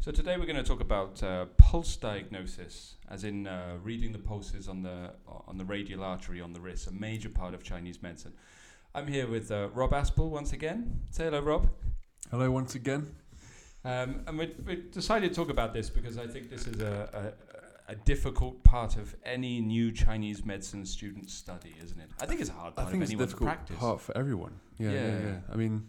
So today we're going to talk about uh, pulse diagnosis, as in uh, reading the pulses on the on the radial artery on the wrist, a major part of Chinese medicine. I'm here with uh, Rob Aspel once again. Say hello, Rob. Hello once again. Um, and we, we decided to talk about this because I think this is a, a, a difficult part of any new Chinese medicine student study, isn't it? I think it's a hard I part of think it's a anyone's difficult practice. part for everyone. Yeah, yeah, Yeah. yeah, I mean,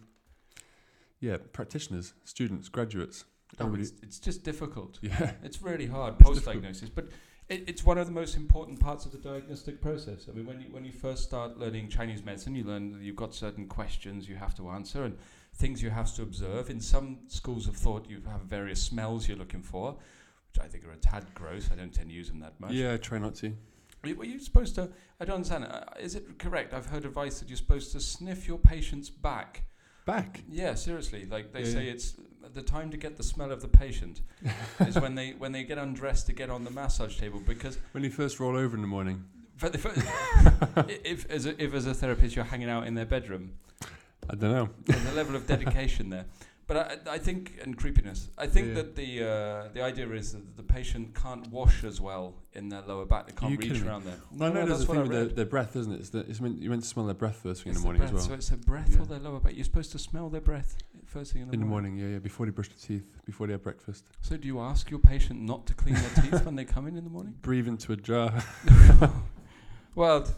yeah, practitioners, students, graduates, No, everybody. Oh, it's, it's just difficult. Yeah, It's really hard It's difficult. post diagnosis, but it, it's one of the most important parts of the diagnostic process. I mean, when you, when you first start learning Chinese medicine, you learn that you've got certain questions you have to answer and things you have to observe. In some schools of thought, you have various smells you're looking for, which I think are a tad gross. I don't tend to use them that much. yeah. Try not to. Were you- were you supposed to? I don't understand. Uh, is it correct? I've heard advice that you're supposed to sniff your patient's back. Back. Yeah, seriously. Like they Yeah, say, yeah. it's the time to get the smell of the patient is when they when they get undressed to get on the massage table because When you first roll over in the morning, for the, for if as a, if as a therapist you're hanging out in their bedroom, I don't know. there's a level of dedication there. But I, I think and creepiness. I think Yeah. that the uh, the idea is that the patient can't wash as well in their lower back. They can't you reach kidding me? around there. I know there's that's a what thing with their, read. their breath, isn't it? It's that it's meant, you meant to smell their breath first thing It's in the the morning breath, as So well. it's their breath Yeah. or their lower back. You're supposed to smell their breath first thing in the, in the morning. morning, yeah, yeah, before they brush their teeth, before they have breakfast. So do you ask your patient not to clean their teeth when they come in in the morning? Breathe into a jar. well, th-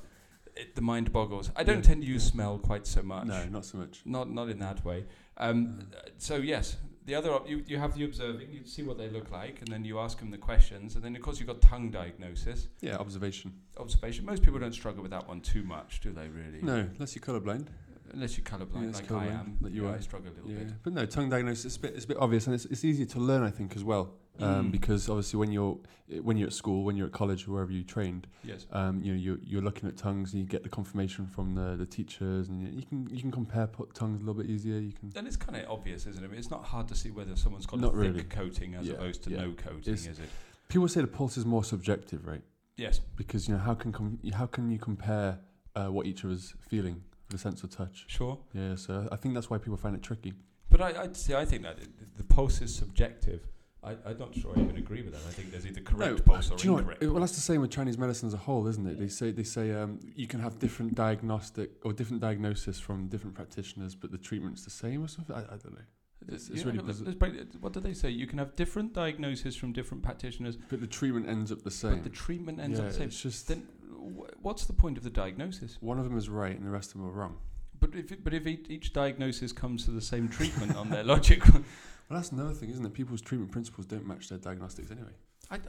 it, the mind boggles. I don't Yeah. tend to use smell quite so much. no, not so much. Not not in that way. Um, uh, so yes, the other op- you you have the observing. You see what they look like, and then you ask them the questions, and then of course you've got tongue diagnosis, Yeah, observation. observation. Most people don't struggle with that one too much, do they? Really? No, unless you're colourblind. Unless you're colourblind, Yeah, it's like I colourblind, am. that you Yeah, are. I struggle a little Yeah, bit. but no, tongue diagnosis it's a bit, it's a bit obvious, and it's, it's easier to learn, I think, as well, um, Mm. because obviously when you're eh, when you're at school, when you're at college, or wherever you trained, Yes. um, you know, you're, you're looking at tongues, and you get the confirmation from the, the teachers, and you, you can you can compare pu- tongues a little bit easier. You can And it's kind of obvious, isn't it? I mean, It's not hard to see whether someone's got Not a thick really. coating as Yeah, opposed to yeah. no coating, It's- is it? people say the pulse is more subjective, right? Yes. Because you know how can com- how can you compare uh, what each of us feeling for the sense of touch? Sure. Yeah, so I think that's why people find it tricky. But I, I'd say I think that it- the pulse is subjective. I, I'm not sure I even agree with that. I think there's either correct No, pulse or do you know what? incorrect. Well, that's the same with Chinese medicine as a whole, isn't it? They say they say um, you can have different diagnostic or different diagnosis from different practitioners, but the treatment's the same or something. I, I don't know. Th- it's- you it's know, really look, let's- bizar- let's break it- What do they say? You can have different diagnoses from different practitioners, But the treatment ends up the same. but the treatment ends yeah, up the same. It's just Then wh- what's the point of the diagnosis? one of them is right and the rest of them are wrong. But if it, but if each, each diagnosis comes to the same treatment on their logic, Well, that's another thing, isn't it? People's treatment principles don't match their diagnostics anyway. I, I,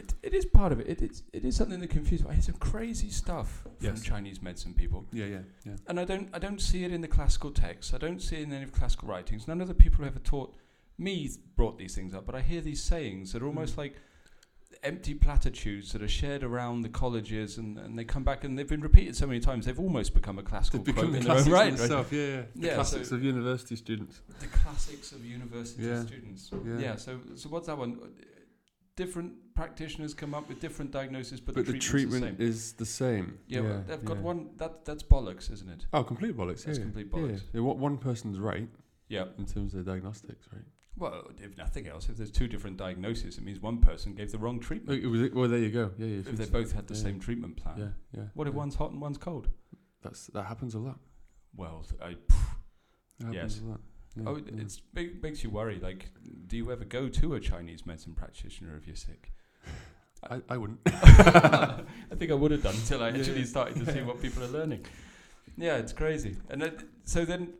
it, it is part of it. it. It's it is something that confuses. me. I hear some crazy stuff Yes. from Chinese medicine people. Yeah, yeah, yeah. and I don't I don't see it in the classical texts. I don't see it in any of the classical writings. None of the people who ever taught me th- brought these things up, but I hear these sayings that are almost Mm. like empty platitudes that are shared around the colleges and, and they come back and they've been repeated so many times they've almost become a classical They've become quote the in their own classics right, right? themselves. Yeah, yeah. The Yeah, classics so- of university students. The classics of university Yeah. students. Yeah. so so what's that one? Different practitioners come up with different diagnoses, but, But the, the treatment's treatment the same. is the same. yeah, well, they've got yeah. one that that's bollocks, isn't it? Oh, complete bollocks. That's yeah. complete yeah. bollocks. Yeah, what one person's right Yeah. in terms of their diagnostics, right? Well, if nothing else, if there's two different diagnoses, it means one person gave the wrong Oh, treatment. it was- well, there you go. Yeah, yeah. if they it's- both had the yeah. same treatment plan. Yeah, yeah. What if yeah. one's hot and one's cold? That's that happens a lot. Well, I, That happens Yes. a lot. Yeah, oh, it yeah. it's, it makes you worry. Like, do you ever go to a Chinese medicine practitioner if you're sick? I, I wouldn't. I think I would have done until I Yeah, actually yeah. started to see what people are learning. Yeah, it's crazy. And then, so then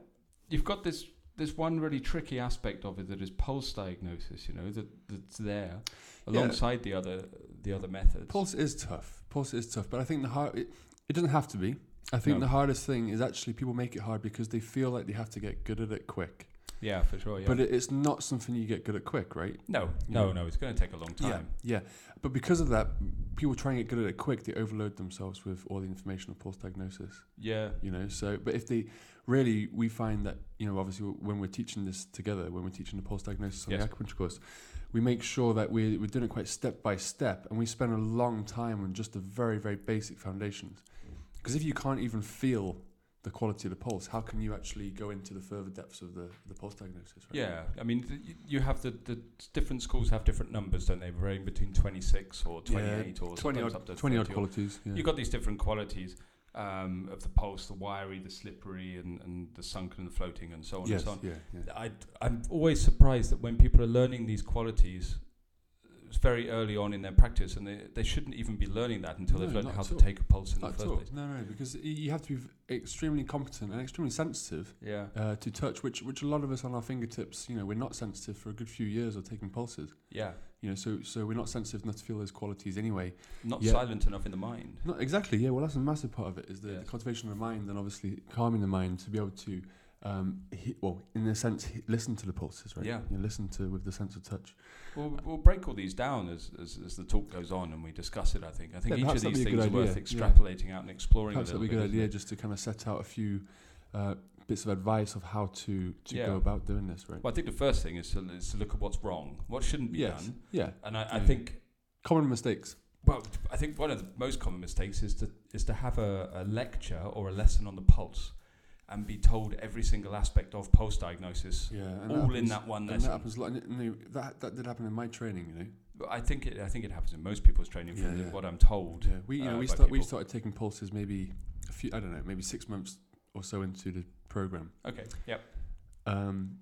you've got this this one really tricky aspect of it that is pulse diagnosis. You know that that's there alongside the other the other methods. Pulse is tough. Pulse is tough, but I think the hard it, it doesn't have to be. I think No. the hardest thing is actually people make it hard because they feel like they have to get good at it quick. Yeah, for sure. Yeah. But it, it's not something you get good at quick, right? No, You no, know? no. It's going to take a long time. Yeah, yeah. But because of that, people try and get good at it quick. They overload themselves with all the information of pulse diagnosis. Yeah. you know so but if they really we find that you know obviously w- when we're teaching this together when we're teaching the pulse diagnosis on Yes. the acupuncture course we make sure that we're, we're doing it quite step by step and we spend a Mm. long time on just the very very basic foundations because if you can't even feel the quality of the pulse, how can you actually go into the further depths of the, the pulse diagnosis? Right? Yeah, I mean, th- y- you have the, the different schools have different numbers, don't they? Varying between 26 or 28 or 20 sometimes odd, up to 20 odd 30 or- qualities. Yeah. You've got these different qualities um, of the pulse, the wiry, the slippery, and, and the sunken and the floating, and so on yes, and so on. yeah, yeah. I, I'm always surprised that when people are learning these qualities uh, it's very early on in their practice, and they, they shouldn't even be learning that until No, they've learned not how at to all. take a pulse in Not the at first all. place. No, no, because y- you have to be v- extremely competent and extremely sensitive Yeah, uh, to touch, which which a lot of us on our fingertips, you know, we're not sensitive for a good few years of taking pulses. yeah. You know, so so we're not sensitive enough to feel those qualities anyway. Not Yeah. silent enough in the mind. Not exactly. Yeah. Well, that's a massive part of it is the, Yes. the cultivation of the mind and obviously calming the mind to be able to, um, he, well, in a sense, he, listen to the pulses, right? Yeah. You listen to with the sense of touch. We'll, we'll break all these down as, as, as the talk goes on and we discuss it, I think. I think Yeah, each of perhaps that'd these be a good things are worth idea, yeah. extrapolating out and exploring Perhaps a that'd little be a good bit. isn't idea it? just to kind of set out a few uh, bits of advice of how to to Yeah. go about doing this, right? Well, I think the first thing is to, is to look at what's wrong, what shouldn't be yes. Mm. done. Yeah. And I, I Yeah. think Common mistakes. Well, t- I think one of the most common mistakes is to is to have a, a lecture or a lesson on the pulse, and be told every single aspect of pulse diagnosis, Yeah. and that all in happens- that one And that lesson. happens a lot. And, it- and it- that that did happen in my training, you know. But I think it I think it happens in most people's training from Yeah, the- yeah. what I'm told. Yeah, we you uh, know we by start we people. started taking pulses maybe a few I don't know maybe six months or so into the program. Okay. Yep. Um,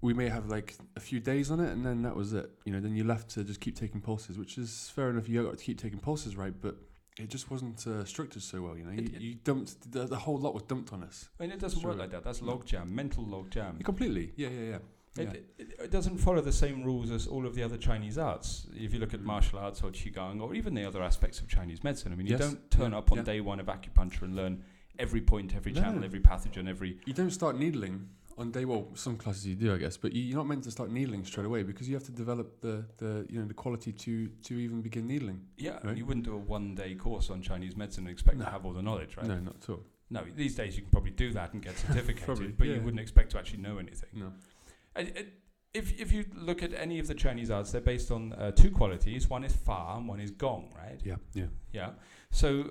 we may have like a few days on it, and then that was it. You know, then you're left to just keep taking pulses, which is fair enough. You got to keep taking pulses, right? But it just wasn't uh, structured so well. You know, It- you, it- you dumped the, the whole lot was dumped on us I mean, it doesn't work Sure. like that. That's log jam, mental log jam. completely. Yeah, yeah, yeah. yeah. Mm. It, it, it doesn't follow the same rules as all of the other Chinese arts. If you look at Mhm. martial arts or qigong or even the other aspects of Chinese medicine, I mean, Yes, you don't turn yeah, up on yeah. day one of acupuncture and learn every point, every channel, No. every pathogen, every You don't start needling on day well. Some classes you do, I guess, but you, you're not meant to start needling straight away because you have to develop the, the you know the quality to to even begin needling. Yeah, Right? you wouldn't do a one day course on Chinese medicine and expect No. to have all the knowledge, right? No, not at all. No, these days you can probably do that and get certificated, Probably, but yeah. Mm. you wouldn't expect to actually know anything. No. And it- if, if you look at any of the Chinese arts, they're based on uh, two qualities one is fa and one is gong, right? Yeah, yeah. Yeah. So, uh,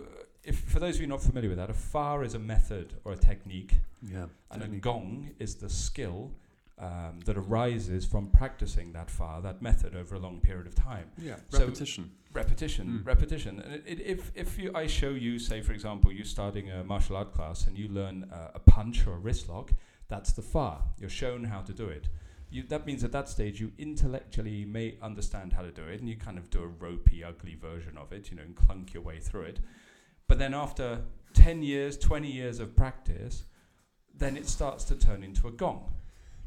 if, for those of you not familiar with that, a fa is a method or a technique, Yeah. and a Technique. gong is the skill um, that arises from practicing that fa, that method, over a long period of time. Yeah. So- Repetition. repetition Mm. repetition and it, it, if if you i show you say for example you're starting a martial art class and you learn uh, a punch or a wrist lock that's the far you're shown how to do it you, that means at that stage you intellectually may understand how to do it and you kind of do a ropey ugly version of it you know and clunk your way through it but then after 10 years 20 years of practice then it starts to turn into a gong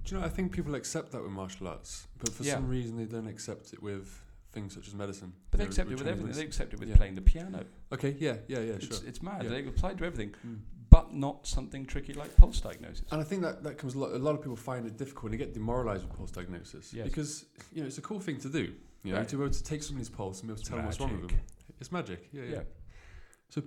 Do you know? I think people accept that with martial arts, but for Yeah. some reason they don't accept it with things such as medicine. but they You know, accept it with Chinese everything they accept it with Yeah. playing the piano medicine. Okay. Yeah. Yeah. Yeah. it's, Sure. it's mad Yeah. they apply it to everything Mm. but not something tricky like pulse diagnosis. And I think that, that comes a lot, a lot of people find it difficult and they get demoralized with pulse diagnosis Yes. because you know it's a cool thing to do. You know, Right. to be able to take somebody's pulse and be able to It's tell them what's wrong with them. magic. It's magic. Yeah, yeah. Yeah. So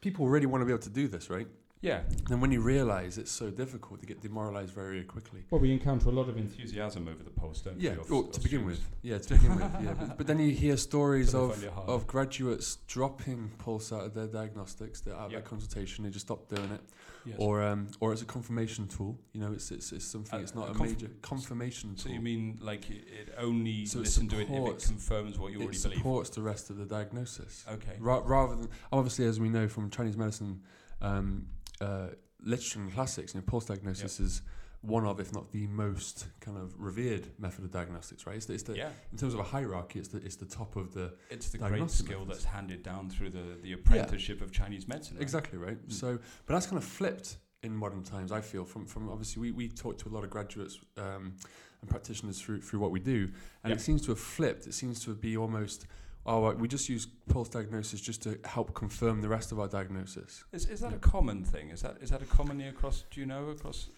people really want to be able to do this, right? Yeah. And when you realize it's so difficult, they get demoralized very quickly. Well, we encounter a lot of enthusiasm over the pulse, don't Yeah, we? of- or of to begin with. students? Yeah, to begin with. Yeah, but, but then you hear stories But I of find it hard. of graduates dropping pulse out of their diagnostics, they're out of Yeah. their consultation, they just stop doing it, Yes. or um, or it's a confirmation tool. You know, it's it's, it's something. A- it's not a a, conf- major confirmation so tool. you mean like i- it only So it listen to it if it supports- confirms what you it already believe? supports the rest of the diagnosis. Okay. Ra- rather than obviously, as we know from Chinese medicine um, uh, literature and classics, you know, pulse diagnosis is one of, if not the most kind of revered method of diagnostics. Right? It's the, it's the, Yeah. in terms of a hierarchy, it's the it's the top of the It's the great Diagnostic skill methods. that's handed down through the, the apprenticeship of Chinese medicine. right? Exactly right. Mm. So, but that's kind of flipped in modern times. I feel from from obviously we, we talk to a lot of graduates um, and practitioners through through what we do, and Yeah. it seems to have flipped. It seems to be almost oh right, we just use pulse diagnosis just to help confirm the rest of our diagnosis. Is, is that Yeah. a common thing? Is that is that a commonly across, do you know, across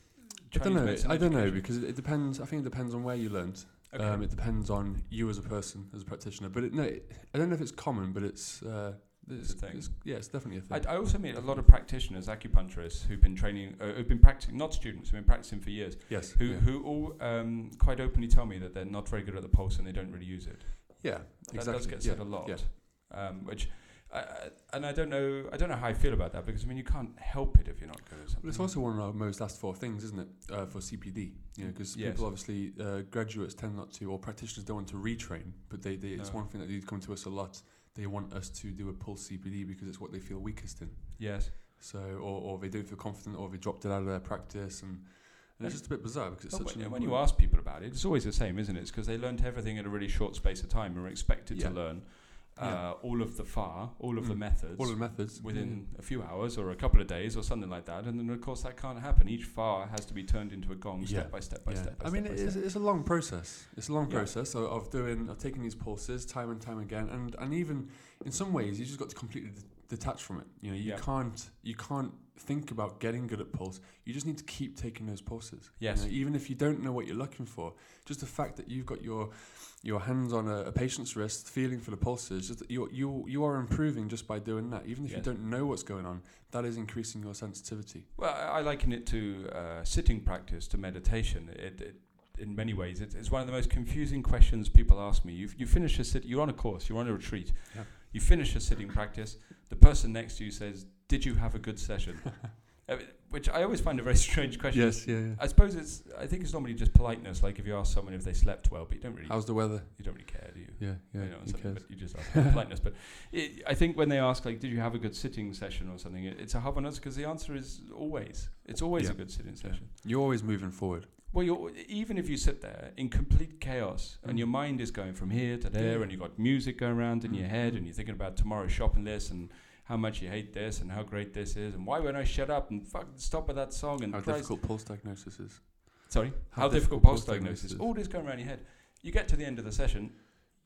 Chinese I don't know. medicine? I don't know education? because it, it depends. I think it depends on where you learnt. Okay. Um, it depends on you as a person, as a practitioner. But it, no, it, I don't know if it's common, but it's. Uh, it's, a thing. it's- yeah, it's definitely a I, thing. I also meet a lot of practitioners, acupuncturists, who've been training, uh, who've been practicing, not students, who've been practicing for years. yes. who yeah. who all um, quite openly tell me that they're not very good at the pulse and they don't really use it. yeah, That does exactly. get yeah. said a lot, yeah. um, which I, I- and I don't know, I don't know how I feel about that because I mean, you can't help it if you're not good at something. But it's also one of our most asked for things, isn't it, uh, for CPD? You know, because Yes. people obviously, uh, graduates tend not to, or practitioners don't want to retrain, but they, they it's No. one thing that they come to us a lot. They want us to do a pulse CPD because it's what they feel weakest in. yes, So, or, or they don't feel confident, or they dropped it out of their practice, and, and it's just a bit bizarre because it's But such when, an when you important- ask people about it, it's always the same, isn't it? It's because they learned everything in a really short space of time and were expected Yeah. to learn uh, Yeah. all of the FAR, all of the Mm. methods. all the methods Mm. Within a few hours or a couple of days or something like that, and then of course that can't happen. Each FAR has to be turned into a gong, Yeah. step by step by Yeah. step. By I mean, step by it's, step. it's a long process. It's a long Yeah. process of, of doing, of taking these pulses time and time again, and and even in some ways, you just got to completely d- detach from it. You know, you Yeah. can't you can't think about getting good at pulse. You just need to keep taking those pulses. You Yes. know, even if you don't know what you're looking for, just the fact that you've got your your hands on a, a patient's wrist, feeling for the pulses, just you you you are improving just by doing that. Even if you Yes. don't know what's going on, that is increasing your sensitivity. Well, I I liken it to uh, sitting practice to meditation. It, it, in many ways, it, it's one of the most confusing questions people ask me. You, you finish a sit, you're on a course, you're on a retreat, Yeah. you finish a sitting practice. The person next to you says, "Did you have a good session?" Uh, Which I always find a very strange question. Yes. Yeah. yeah. I suppose it's. I think it's normally just politeness. Like if you ask someone if they slept well, but you don't really, How's the weather? you don't really care, do you? Yeah. Yeah. you know, who something, cares? but you just ask about politeness. But it, I think when they ask, like, did you have a good sitting session or something, it, it's a hard one because the answer is always. It's always Yeah. a good sitting Yeah. session. You're always moving forward. Well, you're, even if you sit there in complete chaos and Mm. your mind is going from here to there Yeah. and you've got music going around in Mm. your head and you're thinking about tomorrow's shopping list and how much you hate this and how great this is and why won't I shut up and fuck, stop with that song and How Christ- difficult pulse diagnosis is. Sorry, How how, difficult difficult post post-diagnosis diagnosis. is. All this going around your head. You get to the end of the session,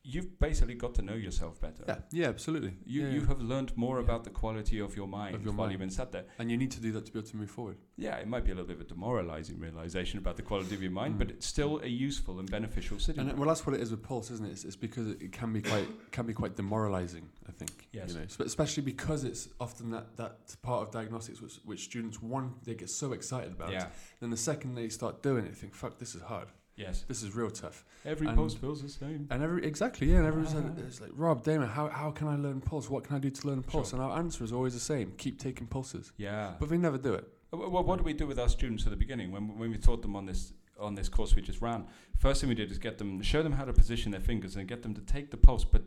you've basically got to know yourself better. Yeah, yeah, absolutely. You, Yeah, you yeah. have learned more Yeah. about the quality of your mind Of your while mind. you've been sat there. and you need to do that to be able to move forward. Yeah, it might be a little bit of a demoralizing realization about the quality of your mind, Mm. but it's still a useful and beneficial sitting. And uh, well, that's what it is with pulse, isn't it? It's, it's because it, it can be quite can be quite demoralizing. I think. Yes. You know, spe- especially because it's often that, that part of diagnostics which, which students one they get so excited about. yeah. Then the second they start doing it, they think, "Fuck, this is hard. Yes. This is real tough." Every And- post feels the same. And every exactly, yeah. And everyone's like, it's like, Rob, Damon, how, how can I learn pulse? What can I do to learn pulse? Sure. And our answer is always the same: keep taking pulses. Yeah. But they never do it. Well, what, what do we do with our students at the beginning when, when we taught them on this on this course we just ran? First thing we did is get them show them how to position their fingers and get them to take the pulse, but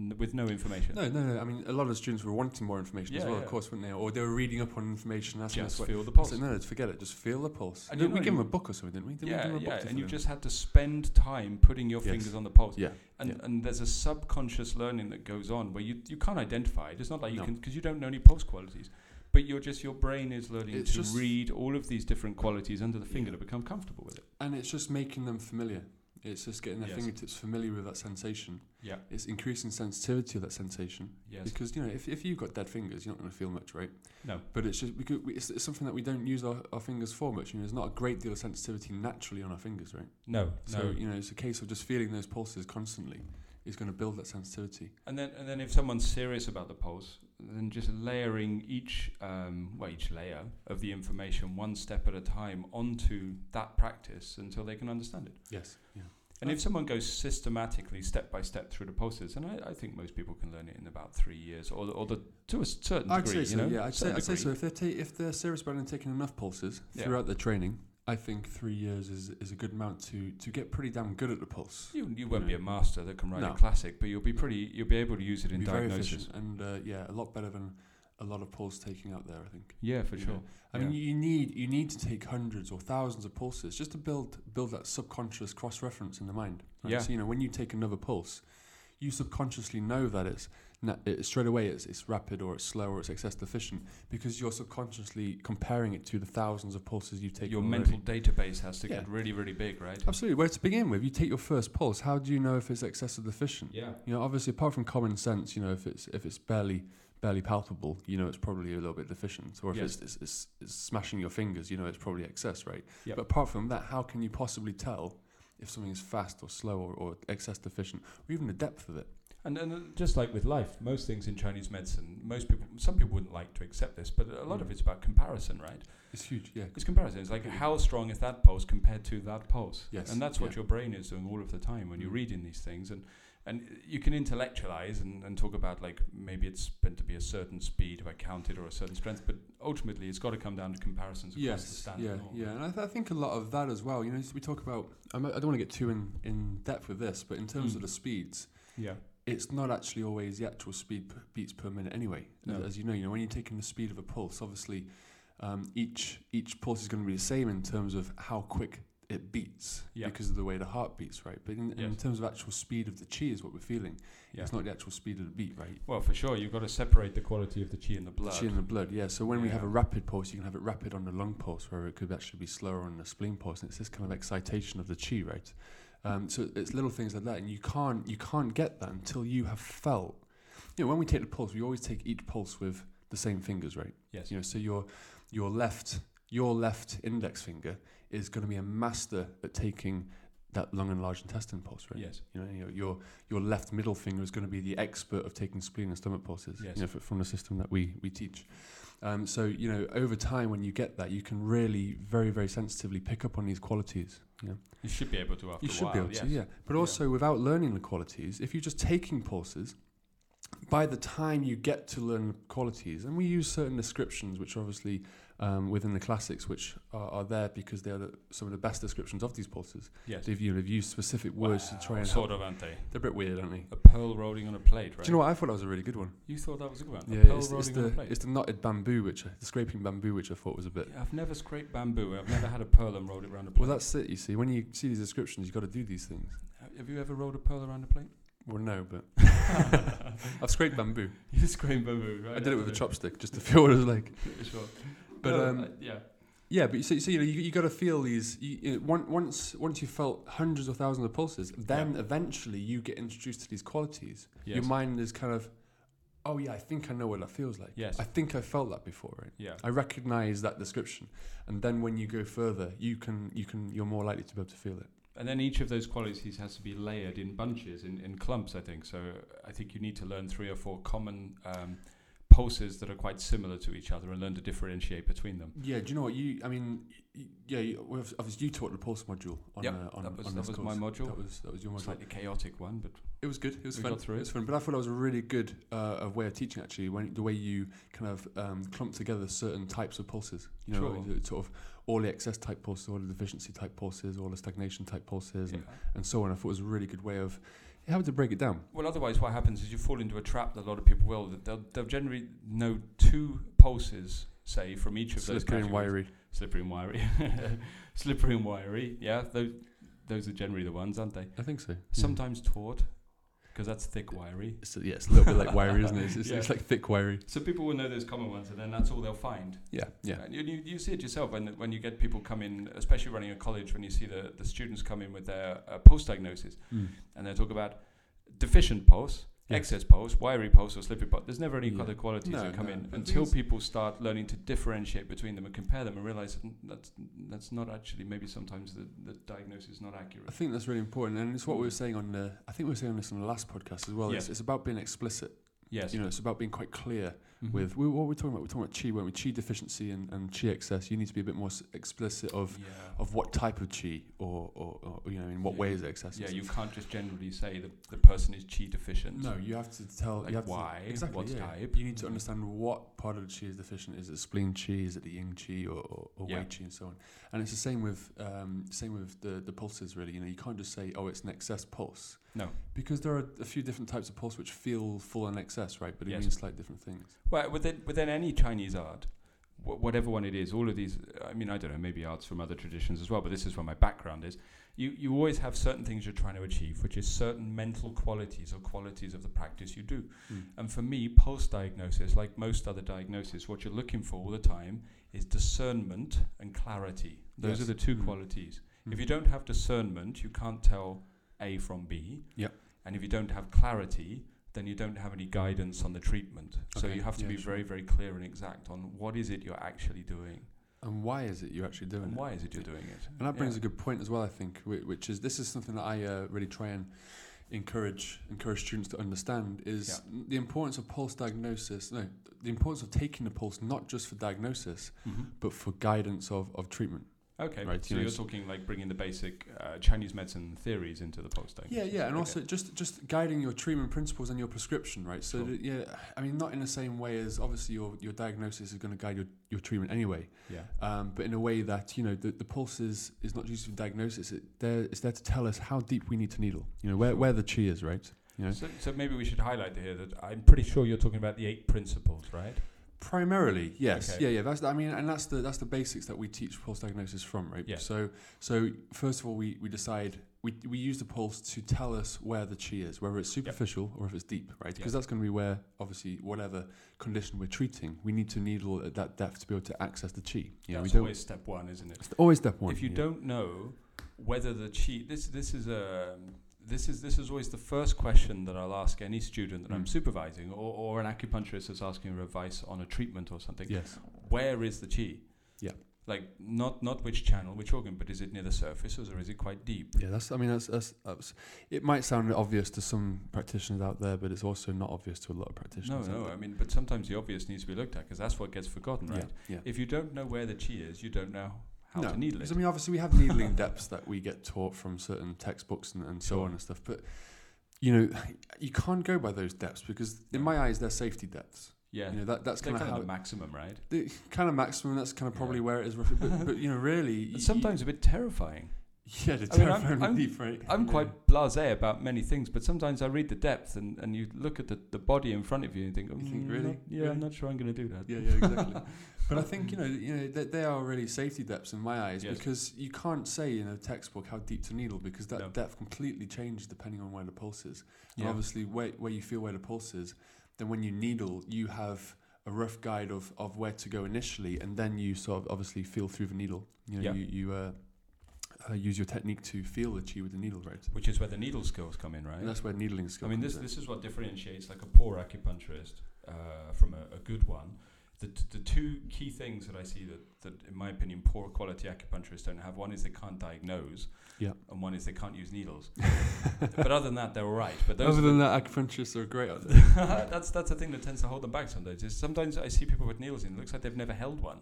n- with no information. No, no, no. I mean, a lot of the students were wanting more information as Yeah, well, yeah. of course, weren't they? Or they were reading up on information, asking us just what. feel the I pulse. said, no, no, forget it. Just feel the pulse. And And we you know we gave you- them a book or something, didn't we? Didn't yeah, we give them a yeah, book to and you fill in? just had to spend time putting your Yes. fingers on the pulse, yeah, and yeah. and there's a subconscious learning that goes on where you you can't identify it. It's not like you No. can because you don't know any pulse qualities, but you're just your brain is learning It's to just- read all of these different qualities under the finger Yeah. to become comfortable with it. and it's just making them familiar. It's just getting their Yes. fingertips familiar with that sensation. Yeah. It's increasing sensitivity of that sensation Yes. because you know if, if you've got dead fingers, you're not going to feel much, right? No. But it's just because we- it's, it's something that we don't use our, our fingers for much. You know, there's not a great deal of sensitivity naturally on our fingers, right? No. So no. you know, it's a case of just feeling those pulses constantly. Is going to build that sensitivity. And then, and then if someone's serious about the pulse, then just layering each, um, well, each layer of the information one step at a time onto that practice until they can understand it. Yes. Yeah. And if someone goes systematically, step by step, through the pulses, and I, I think most people can learn it in about three years, or, or the, to a certain I'd degree, say you so. know, yeah, I'd say, certain I'd say so. degree. If they're ta- if they're serious about only taking enough pulses Yeah. throughout their training, I think three years is, is a good amount to to get pretty damn good at the pulse. You, you won't No. be a master that can write No. a classic, but you'll be pretty. You'll be able to use it in Be very diagnosis. efficient and uh, yeah, a lot better than a lot of pulse taking out there. I think. Yeah, for Yeah. sure. I mean, you need you need to take hundreds or thousands of pulses just to build build that subconscious cross reference in the mind. Right? Yeah. So you know when you take another pulse, you subconsciously know that it's na- it, straight away it's, it's rapid or it's slow or it's excess deficient because you're subconsciously comparing it to the thousands of pulses you've taken. your already. mental database has to Yeah. get really, really big, right? Absolutely. Where to begin with, you take your first pulse. How do you know if it's excess or deficient? Yeah. You know, obviously, apart from common sense, you know, if it's if it's barely barely palpable, you know, it's probably a little bit deficient. Or if Yes. it's, it's, it's it's smashing your fingers, you know, it's probably excess, right? Yep. But apart from that, how can you possibly tell if something is fast or slow or, or excess deficient, or even the depth of it? And, and uh, just like with life, most things in Chinese medicine, most people, some people wouldn't like to accept this, but a lot of Mm. it's about comparison, right? It's huge. Yeah. It's comparison. It's like how strong is that pulse compared to that pulse? Yes, And that's what yeah. your brain is doing all of the time when you're Mm. reading these things. And and you can intellectualize and, and talk about like maybe it's meant to be a certain speed if I counted or a certain strength, but ultimately it's got to come down to comparisons across the Yes, standard yeah, norm. yeah, and I, th- I think a lot of that as well. You know, we talk about. I'm, I don't want to get too in, in depth with this, but in terms Mm. of the speeds, yeah, it's not actually always the actual speed p- beats per minute anyway. No. As, as you know, you know when you're taking the speed of a pulse, obviously um, each each pulse is going to be the same in terms of how quick it beats Yeah. because of the way the heart beats, right? But in, in Yes. terms of actual speed of the chi is what we're feeling. yeah. It's not the actual speed of the beat, right? well, for sure, you've got to separate the quality of the chi and the The blood. chi and the blood, yeah. So when we have a Yeah. rapid pulse, you can have it rapid on the lung pulse, where it could actually be slower on the spleen pulse, and it's this kind of excitation of the chi, right? Um, so it's little things like that, and you can't you can't get that until you have felt. You know, when we take the pulse, we always take each pulse with the same fingers, right? yes, You know, so your your left your left index finger is going to be a master at taking that lung and large intestine pulse, right? yes, You know, your your, your left middle finger is going to be the expert of taking spleen and stomach pulses. Yes. You know, fr- from the system that we we teach. Um, so you know, over time, when you get that, you can really very very sensitively pick up on these qualities. You know? you should be able to after you a should while. be able yes. to, yeah. But Yeah. also, without learning the qualities, if you're just taking pulses. By the time you get to learn the qualities, and we use certain descriptions, which are obviously um, within the classics, which are, are there because they are the, some of the best descriptions of these pulses. yes. They've, you know, they've used specific words to try and help sort of, aren't they? they're a bit weird, aren't they? A pearl rolling on a plate, right? Do you know what? I thought that was a really good one. You thought that was a good one. Yeah, a pearl it's, rolling it's on the a plate. it's the knotted bamboo, which I, the scraping bamboo, which I thought was a bit. Yeah, I've never scraped bamboo. I've never had a pearl and rolled it around a plate. Well, that's it. You see, when you see these descriptions, you've got to do these things. Have you ever rolled a pearl around a plate? Well, no, but I've scraped bamboo. you scraped bamboo, right? I did it with a Okay. chopstick just to feel what it was like. sure. But, No, um, uh, yeah, Yeah, but you see, so, you know, you, you got to feel these. You, you know, on- once once you felt hundreds of thousands of pulses, then eventually you get introduced to these qualities. yes. Your mind is kind of, oh yeah, I think I know what that feels like. Yes. I think I felt that before, right? yeah. I recognize that description, and then when you go further, you can you can you're more likely to be able to feel it. And then each of those qualities has to be layered in bunches, in, in clumps, I think. So I think you need to learn three or four common um, pulses that are quite similar to each other and learn to differentiate between them. Yeah, do you know what you? I mean, y- yeah, you, well, obviously you taught the pulse module on Yep, uh, on, that was- on that this was course. my module. That was that was your module. Slightly chaotic one, but It was good. It was We fun. got through it was fun. But I thought that was a really good uh, uh, way of teaching actually. When the way you kind of um, clump together certain types of pulses, you know, Sure. the sort of all the excess type pulses, all the deficiency type pulses, all the stagnation type pulses, and, yeah. and so on. I thought it was a really good way of having to break it down. Well, otherwise, what happens is you fall into a trap that a lot of people will. That they'll, they'll generally know two pulses, say, from each of those. Slippery and categories. wiry. Slippery and wiry. Slippery and wiry. Yeah, those those are generally the ones, aren't they? I think so. Sometimes. Sometimes taut, because that's thick wiry. It's, yeah, it's a little bit like wiry, isn't it? It's, it's, Yeah. it's like thick wiry. So people will know those common ones, and then that's all they'll find. Yeah, yeah. And you, you, you see it yourself when when you get people come in, especially running a college, when you see the, the students come in with their uh, post diagnosis, Mm. and they talk about deficient pulse. Yes. Excess pulse, wiry pulse, or slippery pulse. There's never any Yeah. other qualities No, that come no, in but until these- people start learning to differentiate between them and compare them and realize that that's, that's not actually maybe sometimes the, the diagnosis is not accurate. I think that's really important, and it's what we were saying on the. I think we were saying this on the last podcast as well. It's, Yeah. it's about being explicit. Yes. You know, it's about being quite clear Mhm. with we, what we're talking about. We're talking about chi, weren't we? Chi deficiency and, and chi excess. You need to be a bit more s- explicit of yeah. of what type of chi or or, or you know in what Yeah. way is it excess. yeah, and you stuff. can't just generally say that the person is chi deficient. No, you have to tell. Like you have why? To, exactly. what yeah. type? Mm-hmm. You need to understand what part of the chi is deficient. Is it spleen chi? Is it the yin chi or, or, or Yeah. wei chi and so on? And it's the same with um, same with the, the pulses really. You know, you can't just say, oh, it's an excess pulse. No. Because there are a few different types of pulse which feel full and excess, right? But it Yes. means slightly different things. Well, within within any Chinese art, wh- whatever one it is, all of these. I mean, I don't know, maybe arts from other traditions as well, but this is where my background is. You you always have certain things you're trying to achieve, which is certain mental qualities or qualities of the practice you do. And for me, pulse diagnosis, like most other diagnoses, what you're looking for all the time is discernment and clarity. Those Yes. are the two Mm. qualities. If Mm. you don't have discernment, you can't tell A from B. Yep. And if you don't have clarity, then you don't have any guidance on the treatment. So Okay, you have to yeah, be sure. very, very clear and exact on what is it you're actually doing And why is it you're actually doing and it? why is it you're doing it. And that brings yeah. a good point as well, I think, whi- which is this is something that I uh, really try and encourage encourage students to understand is the importance of pulse diagnosis. No, the importance of taking the pulse not just for diagnosis, Mhm. but for guidance of, of treatment. Okay. Right, so you know, you're s- talking like bringing the basic uh, Chinese medicine theories into the post Yeah, yeah, and also just just guiding your treatment principles and your prescription, right? So Sure. that, yeah, I mean, not in the same way as obviously your your diagnosis is going to guide your, your treatment anyway, yeah. um, but in a way that you know the, the pulse is is not just for diagnosis; it there it's there to tell us how deep we need to needle. You know where Sure. where the chi is, right? You know, So, so maybe we should highlight here that I'm pretty sure you're talking about the eight principles, right? primarily, yes, Okay. yeah, yeah. That's I mean, and that's the that's the basics that we teach pulse diagnosis from, right? Yeah. So so first of all, we we decide. We, we use the pulse to tell us where the chi is, whether it's superficial or if it's deep, right? Yep. Because that's going to be where, obviously, whatever condition we're treating, we need to needle at that depth to be able to access the chi. Yeah, we That's don't. always step one, isn't it? it's always step one. if you yeah. don't know whether the chi this this is a this is this is always the first question that I'll ask any student that I'm Mm. supervising or, or an acupuncturist that's asking for advice on a treatment or something. Yes. Where is the chi? Yeah. Like not not which channel, which organ, but is it near the surface or is it quite deep? Yeah, that's. I mean, that's, that's, that's. It might sound obvious to some practitioners out there, but it's also not obvious to a lot of No, practitioners. out no. there. I mean, but sometimes the obvious needs to be looked at because that's what gets forgotten, right? Yeah. yeah. If you don't know where the chi is, you don't know how No, to needle it. Because I mean, obviously, we have needling depths that we get taught from certain textbooks and, and so Sure. on and stuff. But you know, you can't go by those depths because, No. in my eyes, they're safety depths. yeah, You know, that, that's they're kind of how the maximum, right? the kind of maximum. That's kind of Yeah. probably where it is roughly. But, but you know, really, y- It's sometimes a bit terrifying. you, yeah, the I mean, I'm- terrifyingly I'm- deep, right? I'm Yeah. quite blasé about many things, but sometimes I read the depth and, and you look at the, the body in front of you and think, You think, "Mm, really? not- yeah, Really?" I'm not sure I'm going to do that. Yeah, yeah, exactly. but I think you know, you know, they, they are really safety depths in my eyes Yes. because you can't say in a textbook how deep to needle because that No. depth completely changes depending on where the pulse is. And Yeah. obviously, where where you feel where the pulse is, then when you needle, you have a rough guide of, of where to go initially, and then you sort of obviously feel through the needle. You know, Yeah. you you uh, uh, use your technique to feel the chi with the needle, right? Which is where the needle skills come in, right? And that's where needling skill. I mean, comes this in. this is what differentiates like a poor acupuncturist uh, from a, a good one. The, t- the two key things that I see that, that, in my opinion, poor quality acupuncturists don't have one is they can't diagnose, Yeah. and one is they can't use needles. but other than that, they're all right. But those Other are the than that, acupuncturists are great out there. that's that's the thing that tends to hold them back sometimes. Is sometimes I see people with needles in. It looks like they've never held one.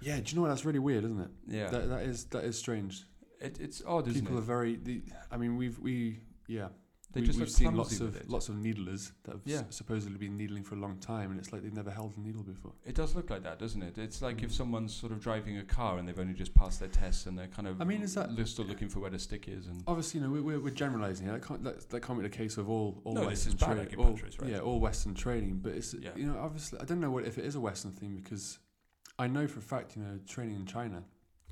yeah, do you know what? That's really weird, isn't it? Yeah, That, that is that is strange. it, it's odd, isn't people are it? very. The, I mean, we've we yeah. They we, just we've look seen clumsy lots with of it. lots of needlers that have Yeah. s- supposedly been needling for a long time, and it's like they've never held a needle before. It does look like that, doesn't it? It's like if Mm. someone's sort of driving a car and they've only just passed their tests and they're kind of I mean, is that- Oh. they're still looking for where the stick is and Obviously, you know, we- we're, we're generalising. That can't that, that can't be the case of all all No, this Western is bad training. All, acupuncturist, right? Yeah, all Western training, but it's Yeah. you know obviously I don't know what if it is a Western thing because I know for a fact you know training in China.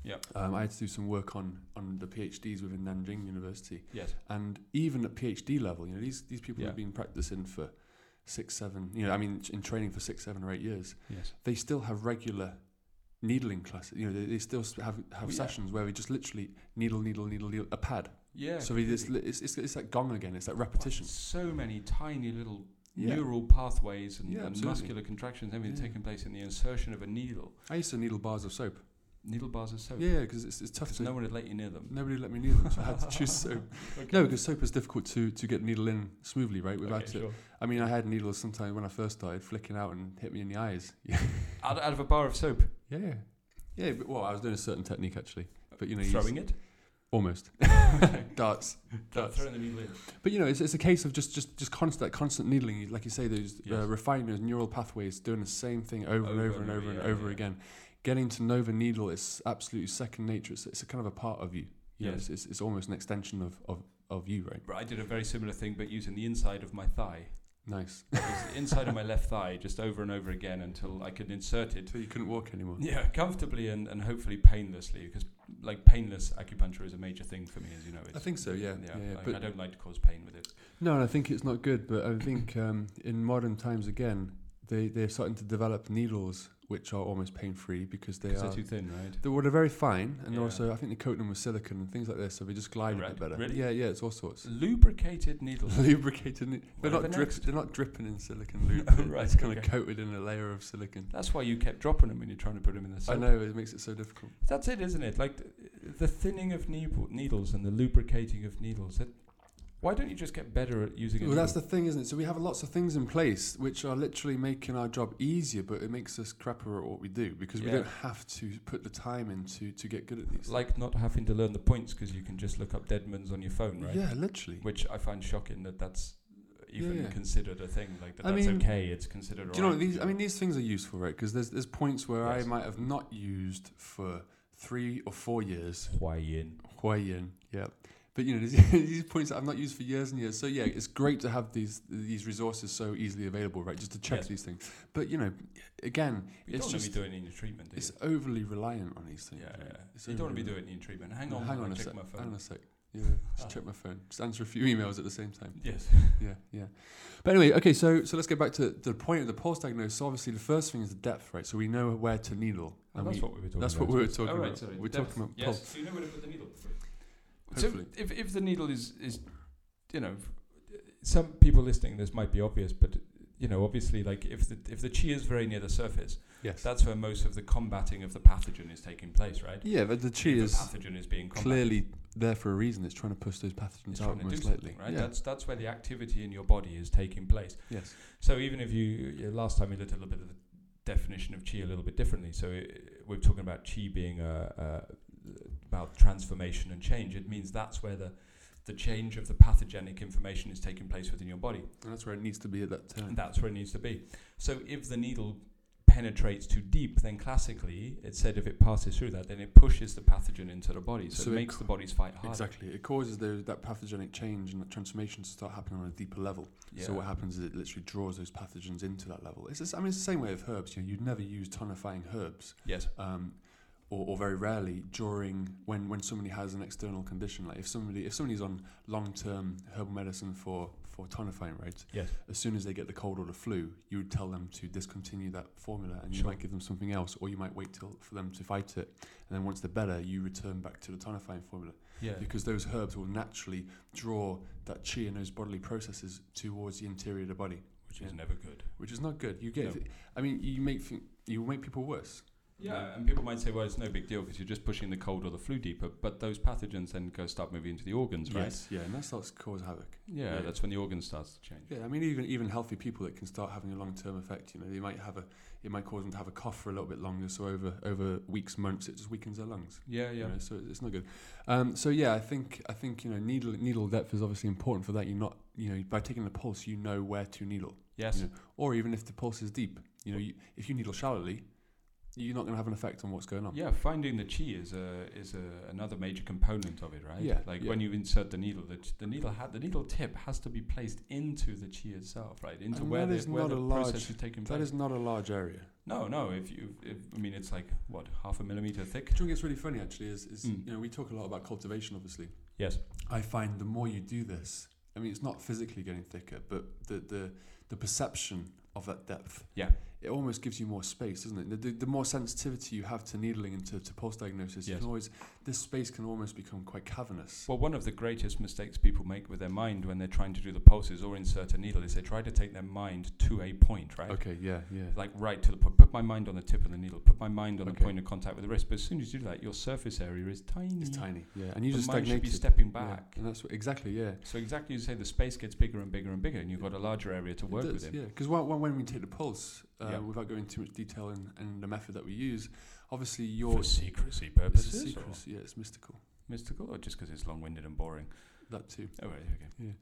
Yep. Um, I had to do some work on on the PhDs within Nanjing University, yes, and even at PhD level, you know, these these people Yeah. have been practicing for six, seven, you know, I mean, in training for six, seven or eight years, yes, they still have regular needling classes. You know, they, they still s- have have Well, yeah. sessions where we just literally needle, needle, needle, needle a pad. yeah. so we just, li- it's, it's it's that gong again. It's that repetition. So many tiny little Yeah. neural pathways and, Yeah, and absolutely. muscular contractions, everything Yeah. taking place in the insertion of a needle. I used to needle bars of soap. Needle bars are so Yeah, because it's, it's tough. 'cause To, Oh. no one would let you near them. nobody let me needle them, so I had to choose soap. Okay. No, because soap is difficult to to get needle in smoothly, right? Okay, Without it, sure. I mean, I had needles sometimes when I first started flicking out and hit me in the eyes. out, out of a bar of soap, Yeah, yeah. Yeah, but, well, I was doing a certain technique actually, but you know, you throwing s- it, almost darts, darts. throwing the needle in. But you know, it's, it's a case of just just just constant constant needling. You- Like you say, those Yes. uh, refining those neural pathways, doing the same thing over, and over and over and yeah, over yeah. again. Getting to know the needle is absolutely second nature. It's, it's a kind of a part of you. you know, Yes. it's, it's, it's almost an extension of, of, of you, right? But I did a very similar thing, but using the inside of my thigh, Nice. It was the inside of my left thigh, just over and over again until I could insert it. So you couldn't walk anymore. Yeah, comfortably and, and hopefully painlessly, because like painless acupuncture is a major thing for me, as you know. It's, I think so. Yeah. yeah, like, but I don't like to cause pain with it. No, and I think it's not good, but I think um, in modern times again, they, they're starting to develop needles which are almost pain free because they 'Cause are. they're too thin, right? They, well, they're very fine, and Yeah. also I think they coat them with silicon and things like this, so they just glide a Right, bit better. really? Yeah, yeah, it's all sorts. Lubricated needles. Lubricated. ne- They're Whatever not, drip, next. they're not dripping in silicon lube. Oh, they're- right, it's kind of okay. coated in a layer of silicon. That's why you kept dropping them when you're trying to put them in the I soap. know, it makes it so difficult. That's it, isn't it? Like the, the thinning of needle, needles and the lubricating of needles. That Why don't you just get better at using it? Well, that's the thing, isn't it? So we have lots of things in place which are literally making our job easier, but it makes us crappier at what we do because we Yeah. don't have to put the time into to get good at these. like not having to learn the points because you can just look up Deadmans on your phone, things. right? Yeah, literally. Which I find shocking that that's even Yeah. considered a thing. Like that, I that's mean, okay. It's considered. Do you know alright. these? I mean, these things are useful, right? Because there's there's points where Yes. I might have not used for three or four years. Hawaiian. Huayin, yeah. But you know these, these points that I've not used for years and years. So yeah, it's great to have these these resources so easily available, right? Just to check Yes. these things. But you know, again, You don't it's want just to be doing any treatment. Do you? it's overly reliant on these Yeah, things. yeah, right? yeah. It's you don't want to be overly doing any treatment. Hang reliant. on, hang while I on a check sec. my phone. Ah. Hang on a sec. Yeah, just check my phone. Just answer a few emails at the same time. Yes. Yeah, yeah. But anyway, okay, so so let's go back to the point of the pulse diagnosis. So obviously, the first thing is the depth, right? So we know where to needle. And Oh, that's we, what we were talking that's about. what we were talking Oh, right, about. sorry, We're depth. talking about Yes, pulse. so you know where to put the needle. Hopefully. So if, if the needle is, is, you know, some people listening, this might be obvious, but, you know, obviously, like, if the, if the chi is very near the surface, Yes. that's where most of the combating of the pathogen is taking place, right? yeah, but the chi If is The pathogen is being combated. clearly there for a reason. It's trying to push those pathogens It's out trying to do most something, likely. right? Yeah. That's that's where the activity in your body is taking place. yes. So even if you, you last time we looked at a little bit of the definition of chi a little bit differently. So i we're talking about chi being a, a, about transformation and change. It means that's where the the change of the pathogenic information is taking place within your body. And that's where it needs to be at that time. And that's where it needs to be. So if the needle penetrates too deep, then classically it said if it passes through that, then it pushes the pathogen into the body. So, So it it makes the body's fight harder. Exactly. It causes the, that pathogenic change and that transformation to start happening on a deeper level. Yeah. So what happens is it literally draws those pathogens into that level. It's the s- I mean, it's the same way with herbs. You know, you'd never use tonifying herbs yes. um, or, or very rarely during when, when somebody has an external condition. Like if somebody if somebody's on long term herbal medicine for for tonifying, right? Yes. As soon as they get the cold or the flu, you would tell them to discontinue that formula, and you Sure. might give them something else, or you might wait till for them to fight it, and then once they're better, you return back to the tonifying formula Yeah. because those herbs will naturally draw that chi and those bodily processes towards the interior of the body, Which Yeah. is never good. which is not good. You get, No. I mean, you make th- you make people worse. Yeah, and people might say, well, it's no big deal because you're just pushing the cold or the flu deeper, but those pathogens then go start moving into the organs, right? Yes, yeah, and that starts to cause havoc. Yeah, Yeah. that's when the organ starts to change. Yeah, I mean, even even healthy people that can start having a long term effect. You know, they might have a it might cause them to have a cough for a little bit longer. So over over weeks, months, it just weakens their lungs. Yeah, You yeah. know, so it's not good. Um, so yeah, I think I think you know needle needle depth is obviously important for that. You're not you know by taking the pulse, you know where to needle, Yes. Yeah. or even if the pulse is deep. You know, you, if you needle shallowly, you're not going to have an effect on what's going on. Yeah, finding the chi is a is a, another major component of it, right? Yeah, Like yeah. when you insert the needle, the, the needle ha- the needle tip has to be placed into the chi itself, right? Into And where that the, is where not the a large- process is taking place. That is not a large area. no, no. If you, if, I mean, it's like what half a millimeter thick. Do you know what's really funny actually is, is Mm. you know we talk a lot about cultivation, obviously. Yes. I find the more you do this, I mean, it's not physically getting thicker, but the the, the perception of that depth. Yeah. It almost gives you more space, doesn't it? The, the, the more sensitivity you have to needling and to, to pulse diagnosis, you Yes. can always, this space can almost become quite cavernous. Well, one of the greatest mistakes people make with their mind when they're trying to do the pulses or insert a needle is they try to take their mind to a point, right? Okay, yeah, yeah. Like right to the point. Put my mind on the tip of the needle. Put my mind on the Okay. point of contact with the wrist. But as soon as you do that, your surface area is tiny. It's tiny, yeah. And you The just mind should stagnate. be stepping back. and that's what, exactly, yeah. So exactly, you say the space gets bigger and bigger and bigger, and you've got a larger area to It work does, within. Yeah, because when, when we take the pulse, uh, Yeah. without going into too much detail in, in the method that we use, obviously your For secrecy it's a purposes, secret, yeah, it's mystical. Or mystical, or just because it's long-winded and boring. That too. Oh, right, okay.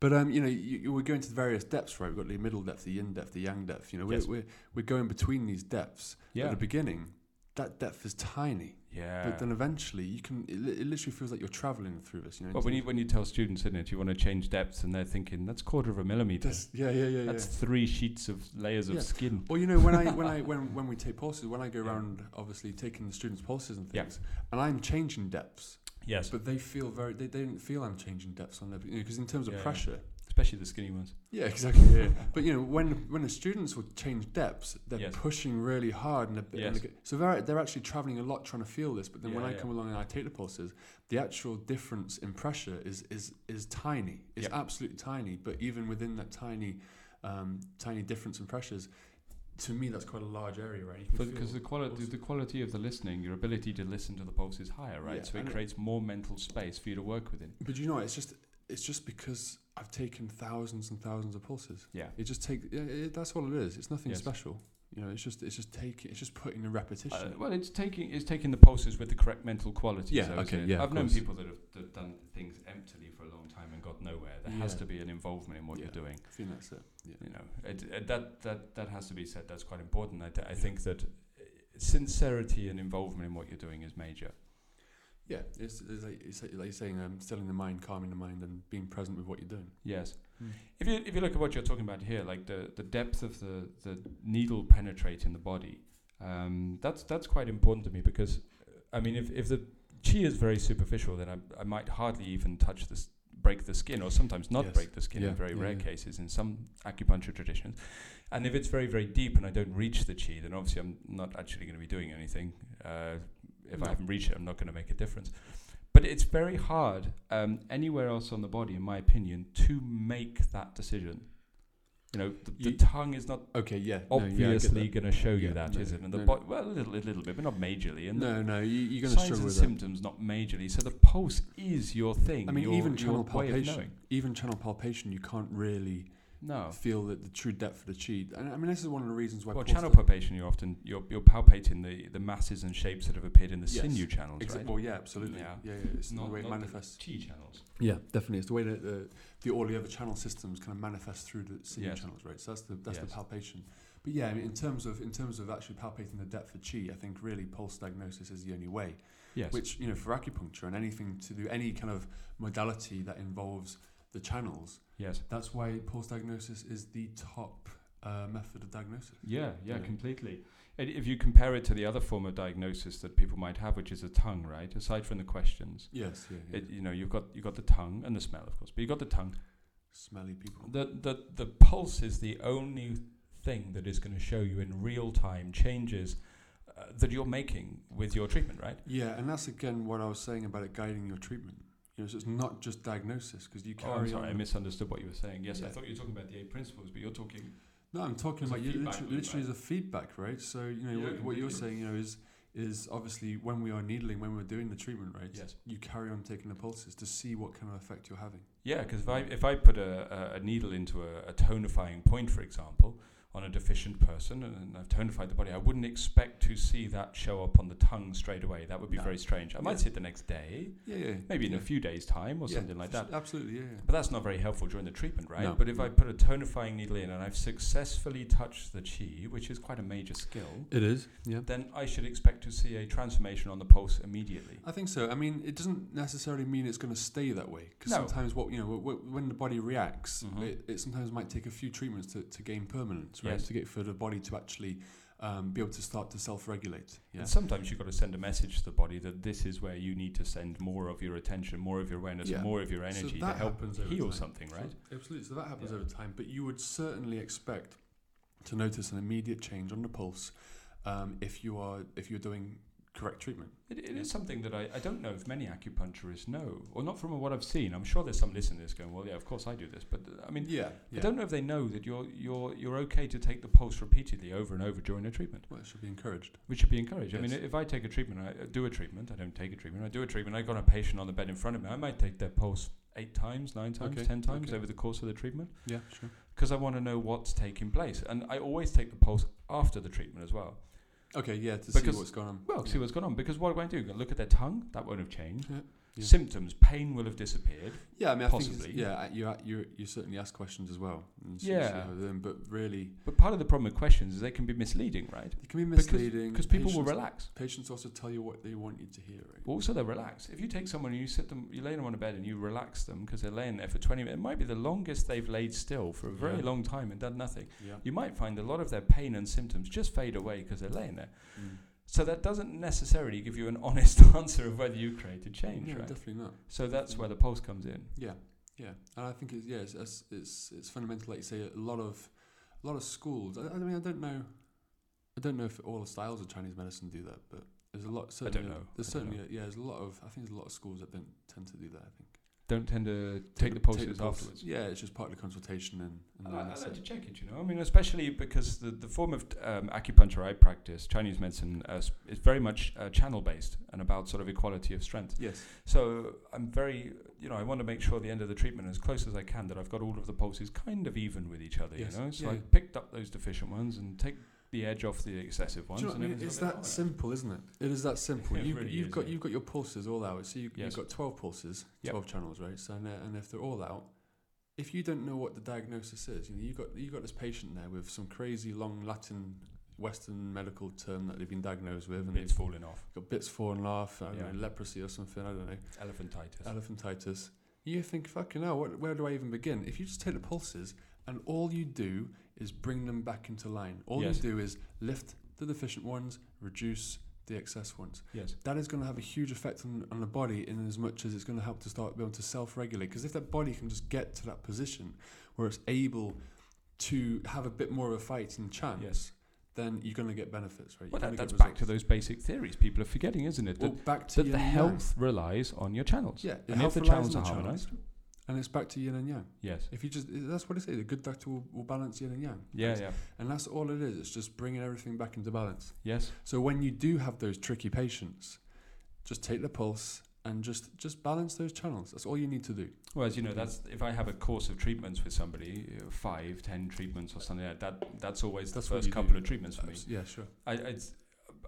But um, you know, you, you, we're going to the various depths, right? We've got the middle depth, the yin depth, the yang depth. You know, we're Yes. we're, we're going between these depths. At Yeah, the beginning, that depth is tiny, yeah. but then eventually you can. It, li- it literally feels like you're traveling through this. You know. But when you into when you tell students, isn't it, you want to change depths, and they're thinking that's quarter of a millimeter. this- yeah, yeah, yeah, yeah. That's three sheets of layers Yeah. of skin. Well, you know, when I when I when when we take pulses, when I go Yeah. around, obviously taking the students' pulses and Yeah. things, and I'm changing depths, Yes, but they feel very. They, they didn't feel I'm changing depths on their. Because you know, 'cause in terms of Yeah, yeah. pressure, especially the skinny ones. Yeah, exactly. Yeah. but you know, when when the students will change depths, they're Yes. pushing really hard, and, they're, and Yes. they get- so they're they're actually traveling a lot trying to feel this. But then when Yeah, I yeah. come along and I take the pulses, the actual difference in pressure is is is tiny. It's Yep. absolutely tiny. But even within that tiny, um, tiny difference in pressures, to me that's quite a large area, right? You can Because the feel quality, also- the quality of the listening, your ability to listen to the pulse is higher, right? Yeah, so it and it- creates more mental space for you to work within. But you know, it's just i- it's just because I've taken thousands and thousands of pulses. Yeah. It just take yeah, it, that's all it is. It's nothing Yes. special. You know, it's just it's just taking it's just putting the repetition. Uh, well, it's taking it's taking the pulses with the correct mental quality. Yeah, so it's okay, a- yeah, I've of known course. people that have, that have done things emptily for a long time and got nowhere. There has Yeah. to be an involvement in what Yeah. you're doing. I think that's it. Yeah. You know, it, it, that that that has to be said. That's quite important. I, th- I think that uh, sincerity and involvement in what you're doing is major. Yeah, it's, it's like it's like you're saying, um, stilling the mind, calming the mind, and being present with what you're doing. Yes. Mm. If you if you look at what you're talking about here, like the, the depth of the, the needle penetrating the body, um, that's that's quite important to me because, I mean, if, if the chi is very superficial, then I, I might hardly even touch this, break the skin, or sometimes not Yes. break the skin Yeah, in very yeah, rare yeah. cases in some acupuncture traditions. And if it's very very deep and I don't reach the chi, then obviously I'm not actually going to be doing anything. Uh, if No. I haven't reached it, I'm not going to make a difference. But it's very hard um, anywhere else on the body, in my opinion, to make that decision. You know, the, the You- tongue is not Okay, yeah. obviously no, going to show you Yeah, that, no, is it? And the no, bo- well, a little, a little bit, but not majorly. And no, no, you, you're the going to signs struggle and with that. symptoms, not majorly. So the pulse is your thing. I mean, your, even your channel way of palpation, knowing. even channel palpation, you can't really No. feel that the true depth of the chi. And I mean, this is one of the reasons why. Oh. Well, Paul channel Stan- palpation, you're often you're, you're palpating the, the masses and shapes that have appeared in the Yes, sinew channels, Exa- right? Well, yeah, absolutely. Yeah, Yeah. yeah, it's the way it the manifests. chi channels. Yeah, definitely. It's the way that the, the all the other channel systems kind of manifest through the sinew Yes. channels, right? So that's the that's the Yes. palpation. But yeah, I mean, in terms of in terms of actually palpating the depth of chi, I think really pulse diagnosis is the only way. Yes. Which you know, for acupuncture and anything to do any kind of modality that involves the channels, yes. that's why pulse diagnosis is the top uh, method of diagnosis. Yeah, yeah, Yeah. completely. And if you compare it to the other form of diagnosis that people might have, which is the tongue, right? Aside from the questions, Yes. Yeah. yeah. it, you know, you've got you've got the tongue and the smell, of course, but you've got the tongue. Smelly people. The the the pulse is the only thing that is going to show you in real time changes uh, that you're making with your treatment, right? Yeah, and that's again what I was saying about it guiding your treatment. You know, so it's not just diagnosis because you Oh, carry I'm sorry, on. I misunderstood what you were saying. Yes, I Yeah. thought you were talking about the eight principles, but you're talking. No, I'm talking It's a about you feedback literally, loop, literally as right? a feedback, right? So you know Yeah, what, what you're completely. saying, you know, is is obviously when we are needling, when we're doing the treatment, right? Yes. You carry on taking the pulses to see what kind of effect you're having. Yeah, because if I if I put a, a, a needle into a, a tonifying point, for example, on a deficient person, and, and I've tonified the body, I wouldn't expect to see that show up on the tongue straight away. That would be No. very strange. I might Yeah. see it the next day, Yeah, yeah. maybe in yeah. a few days' time or Yeah, something like that. abs- Absolutely, yeah. yeah. But that's not very helpful during the treatment, right? No. But if I put a tonifying needle in and I've successfully touched the chi, which is quite a major skill, It is. Yeah. then I should expect to see a transformation on the pulse immediately. I think so. I mean, it doesn't necessarily mean it's going to stay that way because No. sometimes what you know, w- w- when the body reacts, Mhm. it, it sometimes might take a few treatments to, to gain permanence, right? Yes. To get for the body to actually um, be able to start to self-regulate. Yeah. And sometimes you've got to send a message to the body that this is where you need to send more of your attention, more of your awareness, Yeah. more of your energy to help over heal time. something, right? So, absolutely. So that happens Yeah. over time, but you would certainly expect to notice an immediate change on the pulse um, if you are if you're doing correct treatment. It, it is something that I, I don't know if many acupuncturists know, or not from what I've seen. I'm sure there's some listening to this going, well, yeah, of course I do this, but uh, I mean, yeah, yeah. I don't know if they know that you're you're you're okay to take the pulse repeatedly over and over during a treatment, Well, it should be encouraged. which should be encouraged. I mean, Yes. if I take a treatment, I uh, do a treatment. I don't take a treatment. I do a treatment. I got a patient on the bed in front of me. I might take their pulse eight times, nine times, Okay, ten times okay. over the course of the treatment. Yeah, sure. because I want to know what's taking place. And I always take the pulse after the treatment as well. Okay, yeah, to Because- see what's going on. Well, yeah. see what's going on. Because what am I doing? I look at their tongue. That won't have changed. Yeah, yeah. Symptoms, pain will have disappeared. Yeah, I mean, I think Possibly. it's, yeah, you you you certainly ask questions as well. And see- see Yeah. how they're doing, but really, But part of the problem with questions is they can be misleading, right? it can be Because- misleading Because people will Mm, Patients- relax. Patients also tell you what they want you to hear. Right? Also, they're relaxed. If you take someone and you sit them, you lay them on a bed and you relax them because they're laying there for 20 minutes, it might be the longest they've laid still for a very Yeah. long time and done nothing. Yeah. You might find a lot of their pain and symptoms just fade away because they're laying there. Mm. So that doesn't necessarily give you an honest answer of whether you've created change, No, right? definitely not. So that's where the pulse comes in. Yeah, yeah, and I think it's yeah, it's it's it's, it's fundamental. Like you say, a lot of a lot of schools. I, I mean, I don't know, I don't know if all the styles of Chinese medicine do that, but there's a lot. Certainly, know. There's I don't certainly yeah, there's a lot of. I think there's a lot of schools that don't tend to do that. I think. don't tend to take the pulses pulse. afterwards. Yeah, it's just part of the consultation and, and I then like, I that's like it. to check it, you know. I mean, especially because the, the form of um, acupuncture I practice, Chinese medicine, uh, s- is very much uh, channel based and about sort of equality of strength. Yes. So I'm very, you know, I want to make sure at the end of the treatment, as close as I can, that I've got all of the pulses kind of even with each other, Yes. you know. So Yeah, I yeah. picked up those deficient ones and take the edge off the excessive ones. Do you know what I and mean? everything's It's a bit that harder. simple, isn't it? It is that simple. It you, really you've is, got yeah. you've got your pulses all out. So you, Yes. you've got twelve pulses, Yep. twelve channels, right? So and, uh, and if they're all out, if you don't know what the diagnosis is, you know, you've got you've got this patient there with some crazy long Latin Western medical term that they've been diagnosed with, and It's they've falling off. got bits falling off, I don't Yeah. know, leprosy or something. I don't know, Elephantitis. elephantitis. You think, fucking hell, what, where do I even begin? If you just take the pulses and all you do is bring them back into line, all Yes. you do is lift the deficient ones, reduce the excess ones. yes. That is going to have a huge effect on, on the body in as much as it's going to help to start being able to self regulate. Because if that body can just get to that position where it's able to have a bit more of a fight and chance, Yes. then you're going to get benefits, right? You're Well, gonna that, get that's back to results. those basic theories people are forgetting, isn't it? That, Well, back to that the yin and yang. health relies on your channels. Yeah, And if health the relies channels on are the harmonized. And it's back to yin and yang. Yes. If you just that's what it is. A good doctor will, will balance yin and yang. Yeah, And- yeah. And that's all it is. It's just bringing everything back into balance. Yes. So when you do have those tricky patients, just take the pulse and just just balance those channels. That's all you need to do. Well, as you know, that's if I have a course of treatments with somebody, uh, five, ten treatments or something like that. That's always That's the what first you do. couple of treatments for me. Abs- Yeah, sure. I, it's,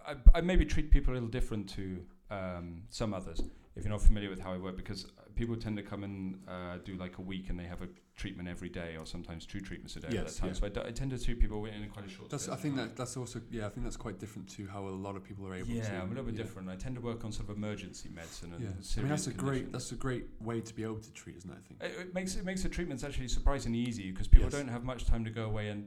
I, I maybe treat people a little different to um, some others. If you're not familiar with how I work, because uh, people tend to come and uh, do like a week and they have a treatment every day, or sometimes two treatments a day at Yes, that time. yeah. So I, d- I tend to treat people in quite a short. That's space I of think time. that that's also yeah, I think that's quite different to how a lot of people are able to Yeah, I'm a little bit yeah. different. I tend to work on sort of emergency medicine and Yeah. serious I mean that's a conditions. great that's a great way to be able to treat, isn't it, I think? It, it makes it makes the treatments actually surprisingly easy because people Yes. don't have much time to go away and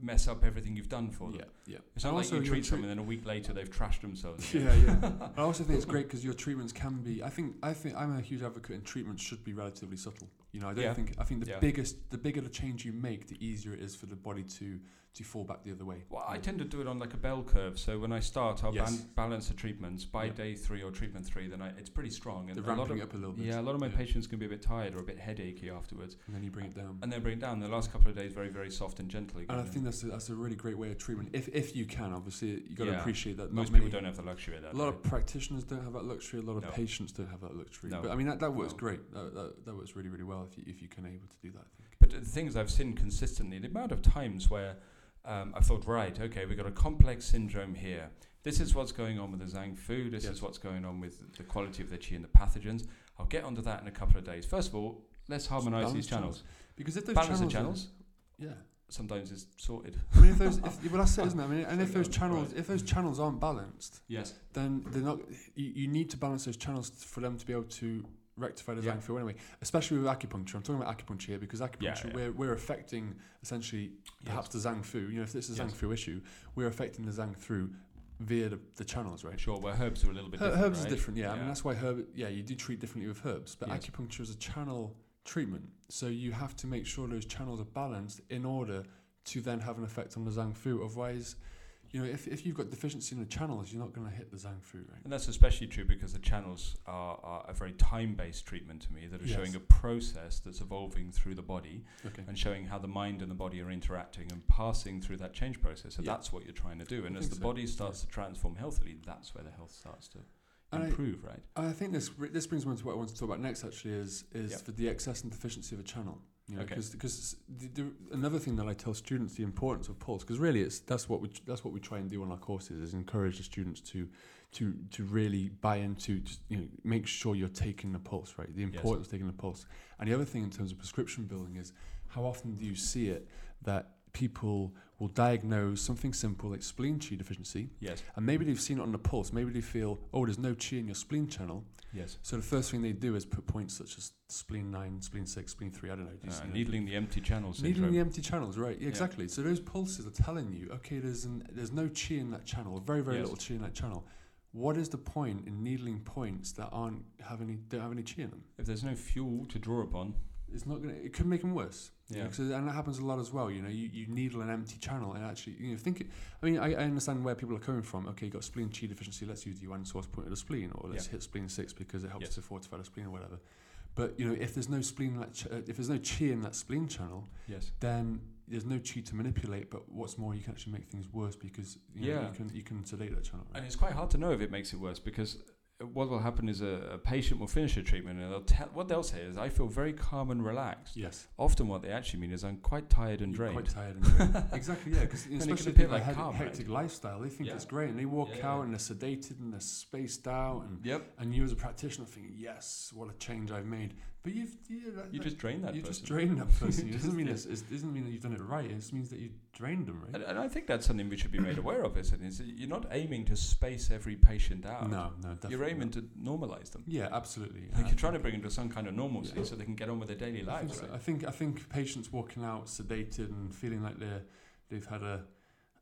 mess up everything you've done for them. Yeah, yeah. It's And not like also you your treat treat- someone and then a week later they've trashed themselves. Again. Yeah, yeah. I also think it's great because your treatments can be. I think I think I'm a huge advocate, and treatments should be relatively subtle. You know, I don't Yeah. think I think the Yeah. biggest, the bigger the change you make, the easier it is for the body to to fall back the other way. Well, I Yeah. tend to do it on like a bell curve. So when I start, I'll Yes. ban- balance the treatments by Yeah. day three or treatment three. Then I, it's pretty strong. And the a lot ramping of, up a little bit. yeah, a lot of my yeah. patients can be a bit tired or a bit headachy afterwards, and then you bring it down. And, and then bring it down. The last couple of days, very very soft and gentle. again. I think that's a, that's a really great way of treatment. If if you can, obviously, you got to Yeah. appreciate that. most not people many- don't have the luxury of that. A lot right? of practitioners don't have that luxury. A lot of No. patients don't have that luxury. No. But I mean, that, that works No. great. That, that, that works really, really well if you if you can able to do that. I think. But the things I've seen consistently, the amount of times where um, I thought, right, okay, we've got a complex syndrome here. This is what's going on with the Zhang Fu. This Yes. is what's going on with the quality of the qi and the pathogens. I'll get onto that in a couple of days. First of all, let's harmonize balance these channels. Because if those Balance the channels, are- channels. yeah. Sometimes it's sorted. I mean, if those, if, well, that's it, isn't it? I mean, and if Sorry, guys. those Right. channels, if those channels aren't balanced, Yes. then they're not. You, you need to balance those channels for them to be able to rectify the Yeah. yeah. for anyway. Especially with acupuncture. I'm talking about acupuncture here because acupuncture, yeah. we're we're affecting essentially perhaps the zhang fu. You know, if this is a Yes. zhang fu issue, we're affecting the zhang fu via the, the channels, right? Sure, where herbs are a little bit Her- different. herbs right? is different, yeah. I Yeah. mean, that's why herb. Yeah, you do treat differently with herbs, but Yes. acupuncture is a channel treatment, so you have to make sure those channels are balanced in order to then have an effect on the zhang fu. Otherwise, you know, if, if you've got deficiency in the channels, you're not going to hit the zhang fu, right? And that's especially true because the channels are, are a very time based treatment to me that are Yes. showing a process that's evolving through the body. Okay. and showing how the mind and the body are interacting and passing through that change process. So Yeah. that's what you're trying to do. And I as think the so, body yeah. starts to transform healthily, that's where the health starts to And I- improve, right? And I think this re- this brings me on to what I want to talk about next. Actually, is is Yep. for the excess and deficiency of a channel. You know, Okay. Because the, the, another thing that I tell students the importance of pulse because really it's that's what we tr- that's what we try and do on our courses is encourage the students to to to really buy into just, you know make sure you're taking the pulse right the Yes. importance of taking the pulse and the other thing in terms of prescription building is how often do you see it that people will diagnose something simple like spleen chi deficiency Yes, and maybe they've seen it on the pulse maybe they feel oh there's no chi in your spleen channel yes. so the first thing they do is put points such as spleen nine, spleen six, spleen three. I don't know. just, Uh, you know, needling the empty channel syndrome. needling the empty channels, right? Yeah, exactly. So those pulses are telling you, okay, there's an, there's no chi in that channel, or very very Yes. little chi in that channel. What is the point in needling points that aren't have any don't have any chi in them? if there's no fuel to draw upon, It's not gonna. It could make them worse. you know, Yeah. 'cause- and that happens a lot as well. You know, you, you needle an empty channel and actually, you know, think. It, I mean, I, I understand where people are coming from. Okay, you've got spleen chi deficiency. Let's use the one source point of the spleen, or let's Yeah. hit spleen six because it helps Yes. to fortify the spleen or whatever. But you know, if there's no spleen, in that ch- uh, if there's no chi in that spleen channel, Yes. then there's no chi to manipulate. But what's more, you can actually make things worse because you know, Yeah. you can you can sedate that channel. And it's quite hard to know if it makes it worse because uh, what will happen is a, a patient will finish a treatment and they'll tell, what they'll say is, I feel very calm and relaxed. yes, Often what they actually mean is, I'm quite tired and You're drained. quite tired and drained. exactly, yeah. Because it can especially appear people like like hec- calm, right? hectic lifestyle, they think Yeah. it's great, and they walk Yeah. out and they're sedated and they're spaced out, and yep. and you as a practitioner think, yes, what a change I've made. But you've yeah, that, You that- just drain that you person. just drained that person. You It just- doesn't mean yeah. it's, it doesn't mean that you've done it right. It just means that you drained them, right? And, and I think that's something we should be made aware of, isn't it? Is that you're not aiming to space every patient out. No, no, definitely. You're aiming not. to normalize them. Yeah, absolutely. Like I you're trying to think- bring them to some kind of normalcy Yeah. so they can get on with their daily I think lives. so. Right? I think I think patients walking out sedated and feeling like they are they've had a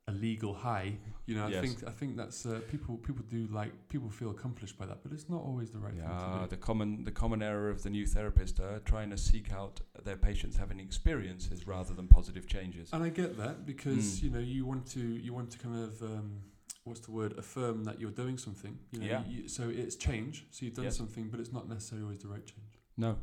a legal high. You know, I Yes. think I think that's uh, people people do like people feel accomplished by that, but it's not always the right Yeah, thing to the common the common error of the new therapist are trying to seek out their patients having experiences rather than positive changes. do. And I get that because Mm. you know you want to you want to kind of um, what's the word affirm that you're doing something. You know, Yeah. you, so it's change. So you've done Yes. something, but it's not necessarily always the right change. No.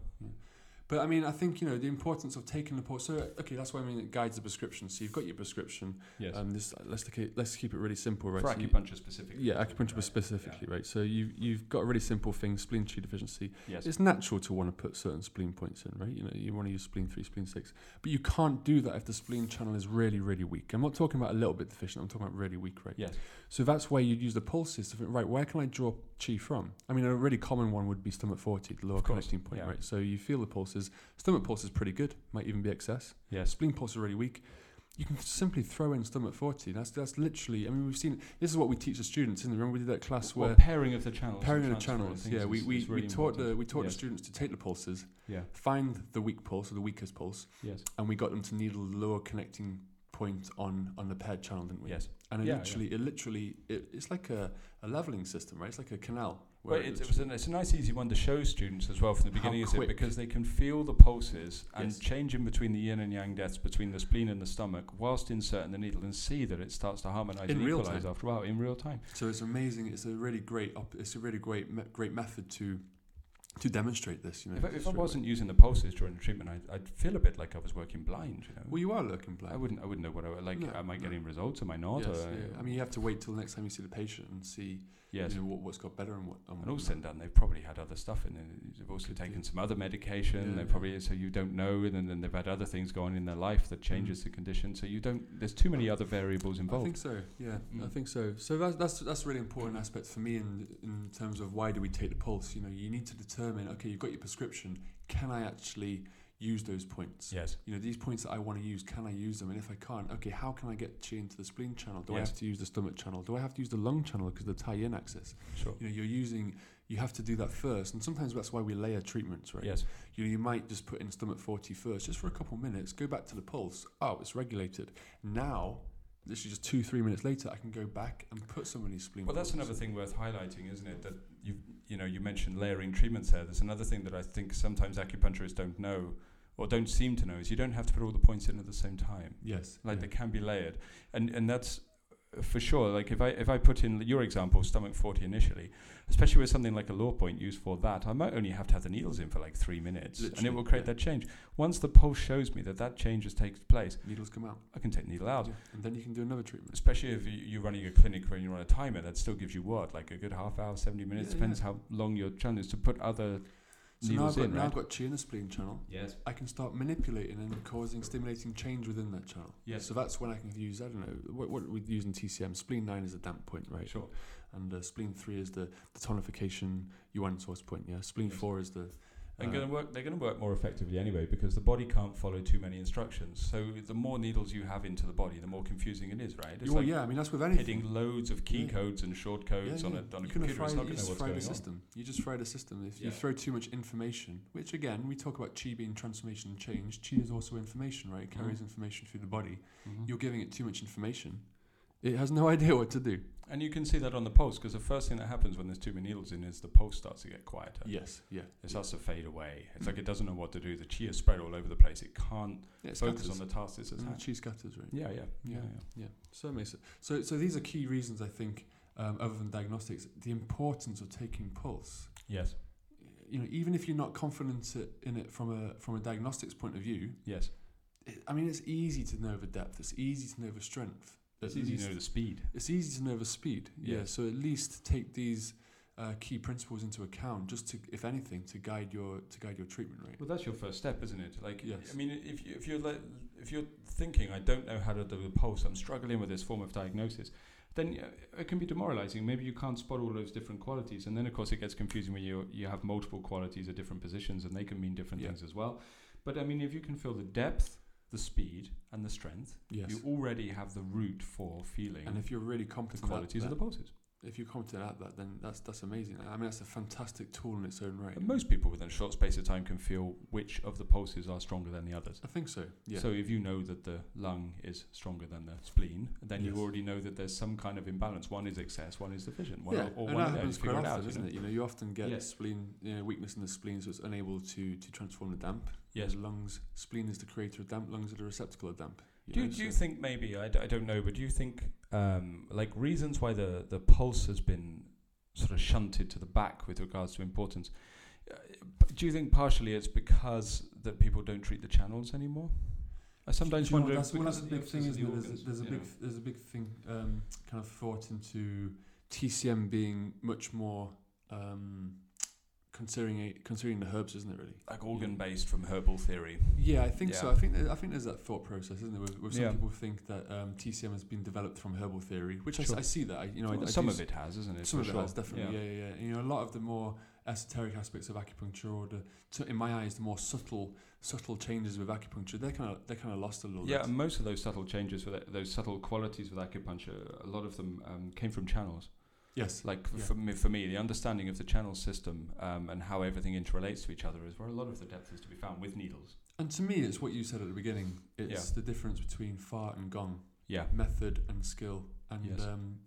But I mean, I think you know the importance of taking the port. So okay, that's why I mean it guides the prescription. So you've got your prescription. Yes. Um, this let's take it, let's keep it really simple, right? For So you- acupuncture specifically. yeah, we're talking acupuncture about, specifically, right? So you you've got a really simple thing, spleen chi deficiency. yeah. Yes. It's natural to want to put certain spleen points in, right? You know, you want to use spleen three, spleen six, but you can't do that if the spleen channel is really, really weak. I'm not talking about a little bit deficient. I'm talking about really weak, right? Yes. So that's where you'd use the pulses to think, right, where can I draw chi from? I mean, a really common one would be stomach 40, the lower Of course, connecting point, yeah. right? So you feel the pulses. Stomach pulse is pretty good, might even be excess. Yes. Spleen pulse is really weak. You can simply throw in stomach 40. That's that's literally, I mean, we've seen, this is what we teach the students, isn't it? Remember we did that class Well, where pairing of the channels. and pairing of transfer channels, things yeah, we, is- we, is really we taught, the, important. we taught Yes. the students to take the pulses, Yeah. find the weak pulse or the weakest pulse, Yes. and we got them to needle the lower connecting point on, on the paired channel, didn't we? Yes. And it Yeah, yeah. literally, it literally, it, it's like a, a leveling system, right? It's like a canal. Well, it it's, it was literally- an, it's a nice, easy one to show students as well from the How beginning, is it? quick. Because they can feel the pulses and Yes. change in between the yin and yang deaths between the spleen and the stomach whilst inserting the needle and see that it starts to harmonize In and real equalize time. after a while in real time. so it's amazing. It's a really great. Op- it's a really great, me- great method to to demonstrate this. You know, If, I- if I straight away. wasn't using the pulses during the treatment, I'd, I'd feel a bit like I was working blind, you know. well, you are looking blind. I wouldn't, I wouldn't know what I like. No, am I no. getting results? Am I not? Yes, Or- yeah. I mean, you have to wait till the next time you see the patient and see yes. you know, what, what's got better and what. And, And what all not. said and done, they've probably had other stuff, and they've also Could taken do. some other medication. Yeah, they yeah. probably so you don't know, and then, then they've had other things going in their life that changes the condition. So you don't. There's too many other variables Mm-hmm. I involved. think so. Yeah, I Mm. think so. So that's that's that's a really important aspect for me in in terms of why do we take the pulse? You know, you need to determine. Okay, you've got your prescription. Can I actually use those points? Yes. you know these points that I want to use can I use them and if I can't okay how can I get chi into the spleen channel do I Yes. have to use the stomach channel do I have to use the lung channel because of the tie in axis Sure. you know you're using you have to do that first and sometimes that's why we layer treatments right Yes. you know you might just put in stomach 40 first just for a couple minutes go back to the pulse oh it's regulated now this is just two three minutes later I can go back and put some of these spleen Well, that's pulses. another thing worth highlighting, isn't it? That you you know you mentioned layering treatments there. There's another thing that I think sometimes acupuncturists don't know or don't seem to know is you don't have to put all the points in at the same time. yes like yeah. they can be layered and and that's uh, for sure like if i if i put in your example stomach 40 initially especially with something like a law point used for that i might only have to have the needles in for like three minutes and it Literally, will create yeah. that change once the pulse shows me that that change has taken place needles come out i can take the needle out yeah. and then you can do another treatment especially if you- you're running a clinic when you're on a timer that still gives you what like a good half hour 70 minutes Yeah, depends yeah. how long your channel is to put other so now I've, needles got, in now right I've got chi in the spleen channel yes I can start manipulating and causing stimulating change within that channel. Yes. So that's when I can use, I don't know, what, what we use in TCM, spleen 9 is a damp point, right? sure And uh, spleen 3 is the, the tonification yuan source point, yeah? Spleen Yes. 4 is the. And uh, gonna work, they're going to work more effectively anyway because the body can't follow too many instructions. So the more needles you have into the body, the more confusing it is, right? It's well, like yeah, I mean, that's with anything. hitting loads of key Yeah. codes and short Yeah, codes on yeah. a, on a You can computer. It's fry- not going you to know just what's fry going the on. system. You just fry the system. If you Yeah. throw too much information, which again, we talk about chi being transformation and change, chi is also information, right? It Mhm. carries information through the body. Mhm. You're giving it too much information. It has no idea what to do. And you can see that on the pulse because the first thing that happens when there's too many needles in is the pulse starts to get quieter. Yes, yeah. It starts to fade away. It's like it doesn't know what to do. The chi is spread all over the place. It can't yeah it focus on scatters. the task it's And the attached. chi scatters, right? Yeah, yeah, yeah, Yeah. yeah. Yeah, so that makes it. So, so these are key reasons I think, um, other than diagnostics, the importance of taking pulse. Yes. eh, you know, even if you're not confident i- in it from a from a diagnostics point of view, Yes. it, I mean, it's easy to know the depth. It's easy to know the strength. It's At easy least- to know the speed. it's easy to know the speed. Yeah. Yeah. So at least take these uh, key principles into account, just to, if anything, to guide your to guide your treatment rate. Well, that's your first step, isn't it? Like, Yes. I mean, if you, if you're le- if you're thinking, I don't know how to do the pulse, I'm struggling with this form of diagnosis, then uh, it can be demoralizing. Maybe you can't spot all those different qualities, and then of course it gets confusing when you you have multiple qualities at different positions, and they can mean different Yeah. things as well. But I mean, if you can feel the depth, the speed, and the strength, Yes. you already have the root for feeling and if you're really the competent, at qualities of that- the pulses. if you're competent at that, then that's that's amazing. I mean, that's a fantastic tool in its own right. And most people within a short space of time can feel which of the pulses are stronger than the others. I think so. Yeah. So if you know that the lung is stronger than the spleen, then Yes. you already know that there's some kind of imbalance. One is excess, one is deficient. One yeah, or one and that of those happens quite figure it often, out, you doesn't know? it? You know, you often get Yeah. spleen you know, weakness in the spleen, so it's unable to to transform the damp. Yes. The lungs, spleen is the creator of damp. Lungs are the receptacle of damp. Do, you- know, do you so- think maybe I, d- I don't know, but do you think um, like reasons why the the pulse has been sort of shunted to the back with regards to importance? Uh, p- do you think partially it's because that people don't treat the channels anymore? I sometimes Do you know wonder. what, that's, if well, because that's a of big the thing, emphasis of isn't it? the There's a, there's a big organs, there's a big thing um, kind of thought into TCM being much more um, considering it, considering the herbs, isn't it? Really? yeah. like organ based from herbal theory. Yeah, I think so. Yeah. I think there- I think there's that thought process, isn't there? Where, where some Yeah. people think that um, TCM has been developed from herbal theory, which I s I I, Sure. see that. I, you know, I, Well, I do some s- of it has, isn't it? Some for of it sure. has definitely, yeah. yeah, yeah, And, You know, a lot of the more esoteric aspects of acupuncture, or the, to, in my eyes, the more subtle, subtle changes with acupuncture, they're kind of they're kind of lost a little Yeah, bit. and most of those subtle changes, with that, those subtle qualities with acupuncture, a lot of them um, came from channels. Yes. Like f Yeah. for, me, for me, the understanding of the channel system um, and how everything interrelates to each other is where a lot of the depth is to be found with needles. And to me, it's what you said at the beginning. It's the difference between far and gong, Yeah, method and skill. And Yes. um,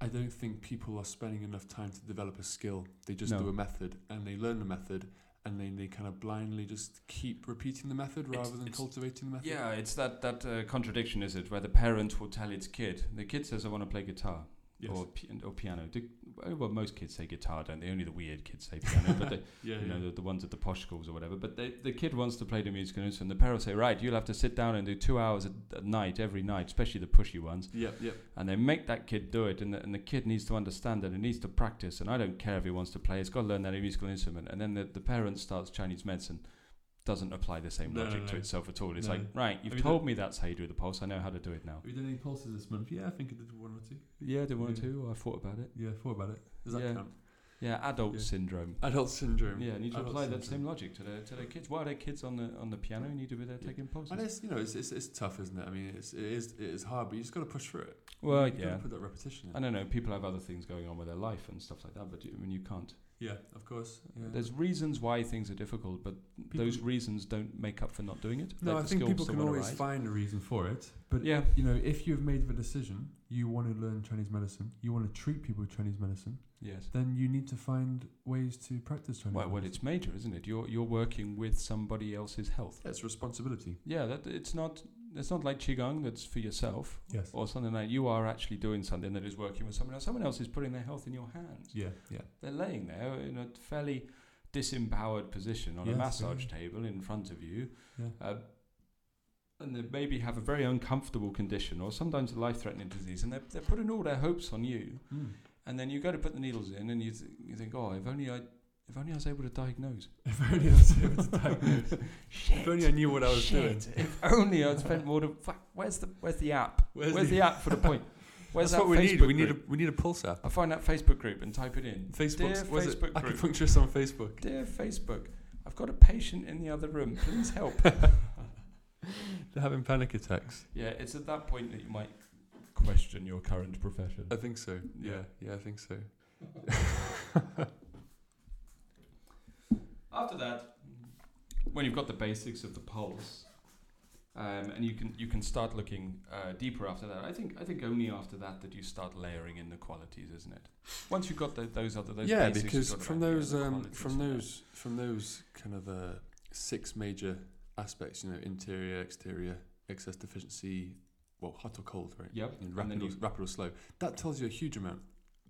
I don't think people are spending enough time to develop a skill. They just No. do a method and they learn the method and then they kind of blindly just keep repeating the method It's- rather than it's- cultivating the method. yeah, it's that that uh, contradiction, is it, where the parent will tell its kid, the kid says, "I want to play guitar." Yes. Or, pi- or piano. Do, well, most kids say guitar, don't they? Only the weird kids say piano, but they, yeah, you know, the, the ones at the posh schools or whatever. But they, the kid wants to play the musical instrument. The parents say, right, you'll have to sit down and do two hours at, at night every night, especially the pushy ones. Yep, yep. And they make that kid do it, and the, and the kid needs to understand that it needs to practice. And I don't care if he wants to play; he's got to learn that musical instrument. And then the, the parent starts Chinese medicine. Doesn't apply the same No, logic no, to no. itself at all. It's No. like, right, you've I mean, told me that's how you do the pulse. I know how to do it now. Have you done any pulses this month? Yeah, I think I did one or two. Yeah, did one or one Yeah. two. I thought about it. Yeah, thought about it. Does that Yeah. count? Yeah, adult Yeah. syndrome. Adult syndrome. Yeah, need to Adult apply that syndrome. same logic to their to their kids. Why are their kids on the on the piano? Need to be there Yeah. taking pulses. And it's you know it's, it's, it's tough, isn't it? I mean, it's, it is it is hard, but you just got to push through it. Well, you got yeah. to put that repetition. In. I don't know. People have other things going on with their life and stuff like that, but I mean, you can't. Yeah, of course. Yeah. There's reasons why things are difficult, but those reasons don't make up for not doing it. no, Like, I the think skills people still can wanna always rise. find a reason for it. But Yeah. you know, if you've made the decision, you want to learn Chinese medicine, you want to treat people with Chinese medicine, Yes. then you need to find ways to practice Chinese. Well, well, medicine. it's major, isn't it? You're you're working with somebody else's health. yeah, it's responsibility. Yeah, that it's not it's not like qigong that's for yourself Yes. or something like you are actually doing something that is working with someone else. Someone else is putting their health in your hands. Yeah, yeah. They're laying there in a fairly disempowered position on Yes, a massage yeah. table in front of you. Yeah. Uh, and they maybe have a very uncomfortable condition or sometimes a life threatening disease, and they're, they're putting all their hopes on you. Mm. And then you go to put the needles in, and you, th- you think, oh, if only I. If only I was able to diagnose. If only I was able to diagnose. Shit. If only I knew what I was Shit. doing. If only I'd spent more. To, fuck. Where's the Where's the app? Where's Where's, the- the, app for the point? Where's That's that what we Facebook need. We need a group? we need a pulse app. I find that Facebook group and type it in. Dear Facebook's what is it? Facebook group. acupuncturist on Facebook. Dear Facebook, I've got a patient in the other room. Please help. They're having panic attacks. yeah, it's at that point that you might question your current profession. I think so. Yeah, Yeah. yeah, I think so. After that, when you've got the basics of the pulse, um, and you can you can start looking uh, deeper after that. I think I think only after that that you start layering in the qualities, isn't it? Once you've got tho- those other those yeah, basics, because you've got from about the those other um, qualities from for that. those from those kind of uh, six major aspects, you know, interior, exterior, excess deficiency, well, hot or cold, right? Yep, And and then rapid, or, you- rapid or slow. That tells you a huge amount.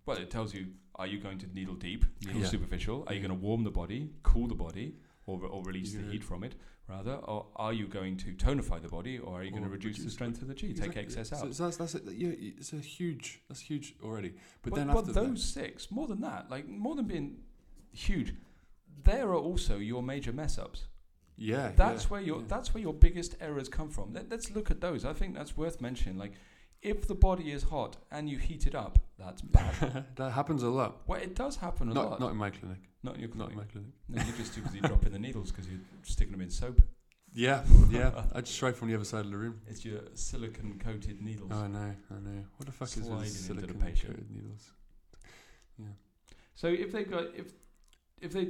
Well, it tells you are you going to needle deep, needle Yeah. superficial? Are you Yeah. going to warm the body, cool the body, or, re- or release You're the gonna- heat from it, rather? Or are you going to tonify the body, or are you going to Or reduce, the reduce- strength of the chi, take Exactly. excess out? So, so that's that's it. Yeah, it's a huge that's huge already. But, but then but after that- those six, more than that, like more than being huge, there are also your major mess ups. yeah, that's yeah, where your yeah. that's where your biggest errors come from. Let, let's look at those. I think that's worth mentioning. Like, if the body is hot and you heat it up, that's bad. that happens a lot. well, it does happen a not lot. not in my clinic. Not in your Not clinic. in my clinic. No, you're just too busy dropping the needles because you're sticking them in soap. Yeah, yeah. I just tried from the other side of the room. It's your silicon coated needles. Oh, I know, I know. What the fuck Sliding into the is this silicone patient. coated needles? so if they got if if they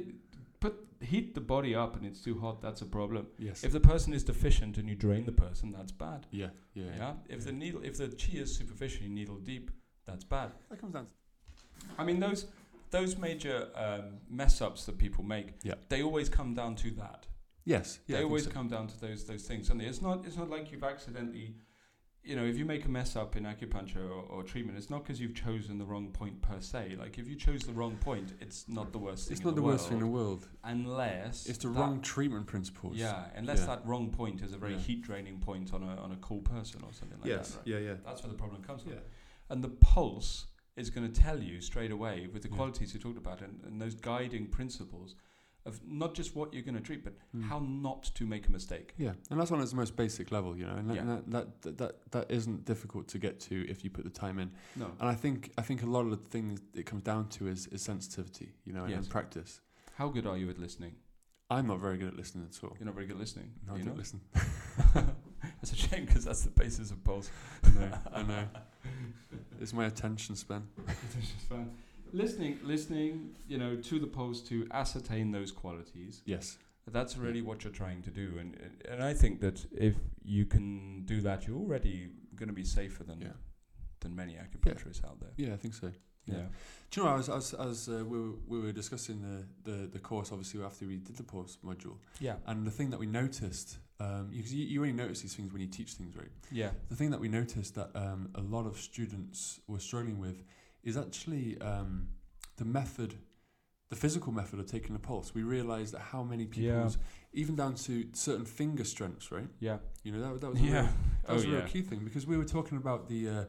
put heat the body up and it's too hot, that's a problem. Yes. If the person is deficient and you drain the person, that's bad. yeah, yeah, Yeah. If the needle if the chi is superficial, you needle deep, that's bad. That comes down. To I mean those those major um, mess ups that people make, Yeah. they always come down to that. yes. Yeah. I they think always so. come down to those those things. Suddenly, it's not it's not like you've accidentally, you know, if you make a mess up in acupuncture or, or treatment, it's not because you've chosen the wrong point per se. Like if you chose the wrong point, it's not the worst thing. It's in not the, worst thing in the world, world. unless It's the that- wrong treatment principles. Yeah, unless Yeah. that wrong point is a very Yeah. heat draining point on a on a cool person or something like yes. that. right? Yeah. Yeah. That's where the problem comes from Yeah. and the pulse is going to tell you straight away with the Yeah. qualities you talked about and, and those guiding principles of not just what you're going to treat but Mm. how not to make a mistake Yeah, and that's on its most basic level, you know, and that, Yeah. and that, that that that isn't difficult to get to if you put the time in. no And I think I think a lot of the things it comes down to is, is sensitivity, you know, and, and Yes. practice. how good are you at listening I'm not very good at listening at all. you're not very good at listening No, I you don't know? listen. it's a shame because that's the basis of pulse I know, I know. It's my attention span. It's just fun. listening listening you know to the pulse to ascertain those qualities Yes. that's really what you're trying to do and and i think that if you can do that you're already going to be safer than Yeah. than many acupuncturists out there Yeah, I think so. yeah, Yeah. Do you know, as as as uh, we were, we were discussing the, the the course, obviously after we did the course module, yeah. and the thing that we noticed, um, because you, you only notice these things when you teach things, right? Yeah, The thing that we noticed that um, a lot of students were struggling with is actually um, the method, the physical method of taking a pulse. We realised that how many Yeah. people's, even down to certain finger strengths, right? yeah, You know, that, that was a, yeah. real, that was a real key thing because we were talking about the uh,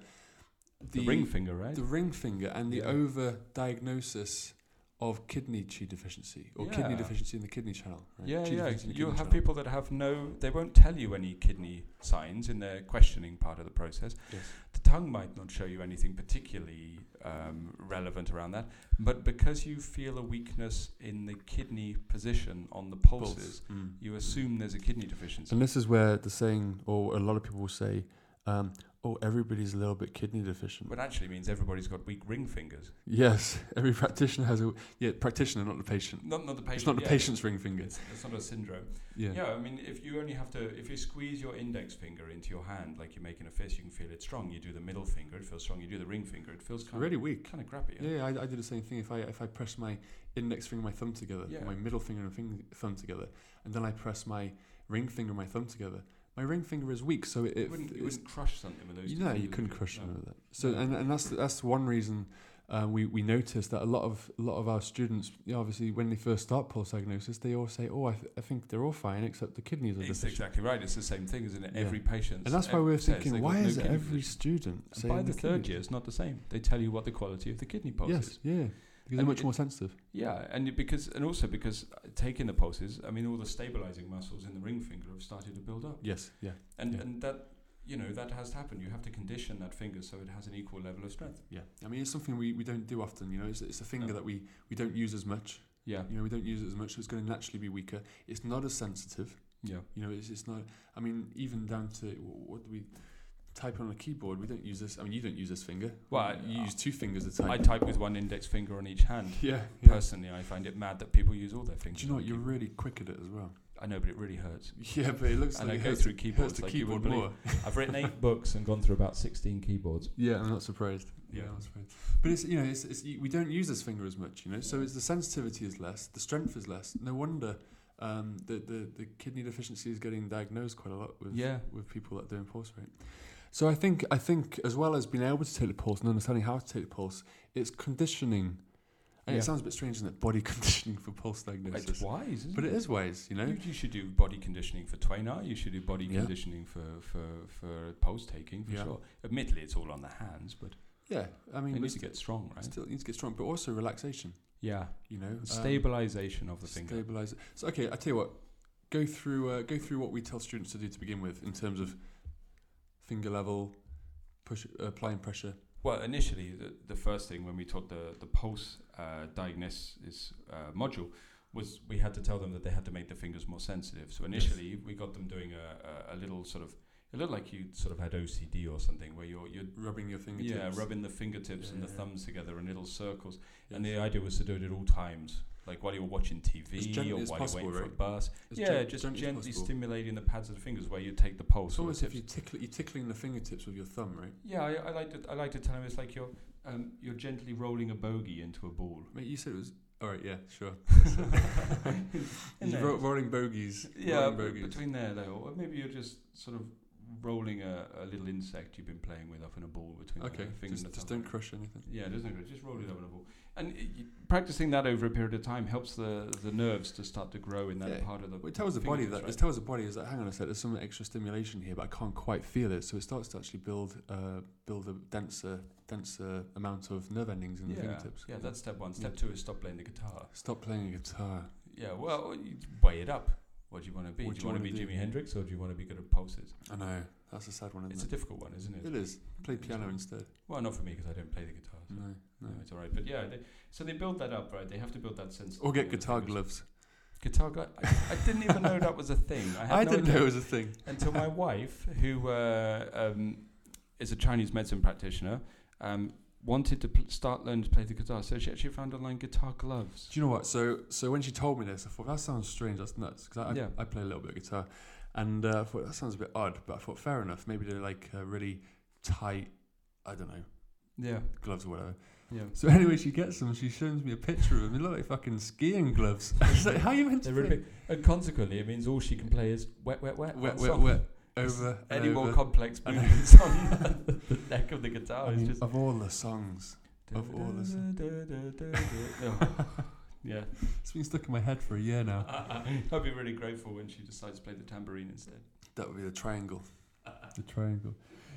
The, ring finger, right? the ring finger and the Yeah. over diagnosis of kidney chi deficiency or Yeah. kidney deficiency in the kidney channel. Right? yeah, Qi yeah. deficiency in You'll the kidney have channel. people that have no. They won't tell you any kidney signs in their questioning part of the process. Yes. The tongue might not show you anything particularly um, relevant around that, but because you feel a weakness in the kidney position on the pulses, Mm. you assume there's a kidney deficiency. And this is where the saying, or a lot of people will say, um, oh, everybody's a little bit kidney deficient. What actually means everybody's got weak ring fingers. Yes, every practitioner has a. Yeah, practitioner, not the patient. Not not the patient. It's not the yeah. patient's ring finger. It's, it's not a syndrome. Yeah. Yeah, I mean, if you only have to, if you squeeze your index finger into your hand like you're making a fist, you can feel it strong. You do the middle finger, it feels strong. You do the ring finger, it feels It's kind really of weak. kind of crappy. Yeah, I, I do the same thing. If I if I press my index finger and my thumb together, Yeah. my middle finger and fing- thumb together, and then I press my ring finger and my thumb together, my ring finger is weak. So it, You it, wouldn't, you it's- wouldn't crush something with those. you two know, fingers, you couldn't would crush them No. with it. So, No. and, and that's that's one reason uh, we we noticed that a lot of a lot of our students, you know, obviously, when they first start pulse diagnosis, they all say, "Oh, I, th- I think they're all fine except the kidneys are It's deficient." exactly right. It's the same thing, isn't it? Yeah. Every patient. And that's why ev- we were says thinking, they've why got no is it kidney every position. student And saying by the their third kidneys- year, it's not the same. They tell you what the quality of the kidney pulse is. Yes, yeah, because they're And much it- more sensitive. Yeah, and it- because and also because uh, taking the pulses, I mean, all the stabilizing muscles in the ring finger have started to build up. Yes, yeah, and Yeah. and that you know that has to happen. You have to condition that finger so it has an equal level of strength. yeah. I mean, it's something we, we don't do often. You know, it's, it's a finger No. that we we don't use as much. Yeah, You know, we don't use it as much, so it's going to naturally be weaker. It's not as sensitive. yeah, You know, it's, it's not. I mean, even down to wh- what do we type on a keyboard? We don't use this. I mean, you don't use this finger. Well, I- you use two fingers to type. I type with one index finger on each hand. Yeah. yeah. Personally, I find it mad that people use all their fingers. Do you know on what? You're keyboard. really quick at it as well. I know, but it really hurts. Yeah, but it looks And like I it go hurts- through hurts keyboards the like you keyboard wouldn't more. I've written eight books and gone through about sixteen keyboards. Yeah, I'm not surprised. Yeah, Yeah. I'm not surprised. But it's you know, it's, it's we don't use this finger as much, you know. So it's the sensitivity is less, the strength is less. No wonder um, the, the the kidney deficiency is getting diagnosed quite a lot with Yeah. with people that do impulse rate. So I think I think as well as being able to take the pulse and understanding how to take the pulse, it's conditioning. And Yeah. It sounds a bit strange, isn't it? Body conditioning for pulse It's diagnosis, wise, isn't but it is ways, you know. You, you should do body conditioning for Twainer. You should do body Yeah. conditioning for for for pose taking for Yeah. sure. Admittedly, it's all on the hands, but Yeah, I they mean, we need to get strong, right? still needs to get strong, but also relaxation. yeah, You know, um, stabilization of the finger. Stabilize. So okay, I tell you what. Go through uh, go through what we tell students to do to begin with in terms of finger level, push applying pressure. Well, initially, the, the first thing when we taught the the pulse uh, diagnosis uh, module was we had to tell them that they had to make their fingers more sensitive. So initially, we got them doing a, a, a little sort of it looked like you sort of had OCD or something, where you're you're rubbing your fingertips. yeah rubbing the fingertips and the Yeah. thumbs together in little circles. And Yes. the idea was to do it at all times, like while you were watching As TV gently or as while possible, you're waiting for a right? bus. As yeah, gen- just gently as gently possible. stimulating the pads of the fingers where you take the pulse. It's or the almost if tips. you tickle, you're tickling the fingertips with your thumb, right? Yeah, I, I like to I like to tell him it's like you're um, you're gently rolling a bogey into a ball. Mate, you said it was. All right, yeah, sure. Isn't You're it? ro- rolling bogeys. yeah, rolling b- bogeys. between there though, or maybe you're just sort of rolling a, a little insect you've been playing with up in a ball between okay, the fingers. just, and the just thumb. don't crush anything. Yeah, it doesn't. Just roll it up in a ball, and it, y- practicing that over a period of time helps the the nerves to start to grow in that Yeah. part of the. Well, it tells the body fingertips, that right? it tells the body is that hang on a sec, there's some extra stimulation here, but I can't quite feel it. So it starts to actually build uh, build a denser denser amount of nerve endings in the yeah, fingertips. yeah, that's step one. Yeah. Step two is stop playing the guitar. Stop playing a guitar. Yeah, well, you weigh it up. What do you want to be? What do you want to be do? Jimi Hendrix or do you want to be good at pulses? I know that's a sad one, isn't It's a it? difficult one, isn't it? it is. Play It is piano one. instead. Well, not for me because I don't play the guitar. So No, no, no. it's all right. But yeah, they, so they build that up, right? They have to build that sense. Or of get the guitar fingers. gloves. Guitar glove. I, I didn't even know that was a thing. I, had I no didn't idea. know it was a thing. until my wife, who uh, um, is a Chinese medicine practitioner, um, wanted to pl- start learning to play the guitar. So she actually found online guitar gloves. Do you know what? So, so when she told me this, I thought that sounds strange. That's nuts. Because I, Yeah. I, I play a little bit of guitar, and uh, I thought that sounds a bit odd. But I thought fair enough. Maybe they're like uh, really tight. I don't know Yeah, gloves or whatever. yeah. So anyway, she gets them. She shows me a picture of them. They look like fucking skiing gloves. I was like, how you meant to They're really play? big. And consequently, it means all she can play is wet, wet, wet, Wet, on wet, song. wet, over and Any more over. complex I know. movements on the neck of the guitar I is mean, Oh, just. of all the songs, of all this- Oh, yeah, it's been stuck in my head for a year now. I'll be really grateful when she decides to play the tambourine instead. That would be the triangle. The triangle.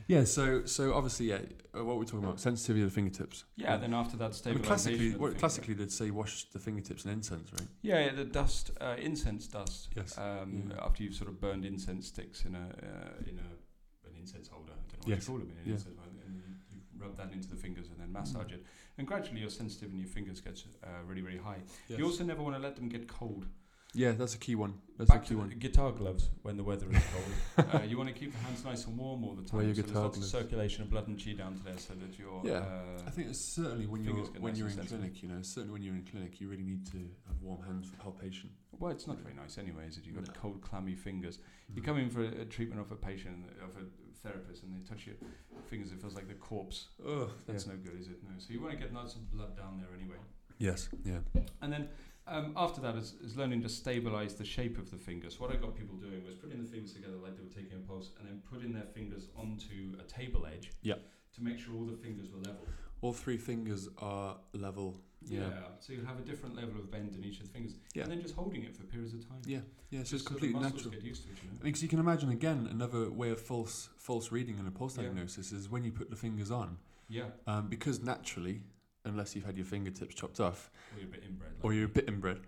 Yeah. So, so obviously, yeah. uh, What we're talking about: sensitivity of the fingertips. Yeah, then after that I mean, stabilization. classically, of the well, finger. classically they'd say wash the fingertips in incense, right? Yeah, yeah, the dust, uh, incense dust. Yes, Mm. Um, yeah. After you've sort of burned incense sticks in a uh, in a an incense holder, I don't know what Yes, you call them, in an yeah. Mm. incense holder, and you, you rub that into the fingers and then massage it, and gradually your sensitivity in your fingers gets uh, really really high. You also never want to let them get cold. yeah, that's a key one. That's Back a to key one. the guitar gloves when the weather is cold. uh, you want to keep the hands nice and warm all the time. Wear your so guitar there's lots gloves. of circulation of blood and chi down to there, so that you're. Yeah, Uh, I think it's certainly when you're Fingers get when nice you're in and sensitive. clinic, you know, certainly when you're in clinic, you really need to have warm hands for palpation. Well, it's not very nice anyway, is it? You've got No. cold, clammy fingers. Mm-hmm. You come in for a, a treatment of a patient, of a therapist, and they touch your fingers, it feels like the corpse. Oh, That's no good, is it? No. So you want to get lots of blood down there anyway. yes, yeah. And then um, after that is, is learning to stabilize the shape of the fingers. What I got people doing was putting the fingers together like they were taking a pulse, and then putting their fingers onto a table edge Yep. to make sure all the fingers were level. All three fingers are level. Yeah. Yeah. So you'll have a different level of bend in each of the fingers. Yeah. And then just holding it for periods of time. Yeah, yeah. So it's so the completely muscles natural. get used to it, you know? Because you can imagine again another way of false false reading and a pulse Yeah. diagnosis is when you put the fingers on, Yeah. um, because naturally, unless you've had your fingertips chopped off Or you're a bit inbred. or like you're me. a bit inbred,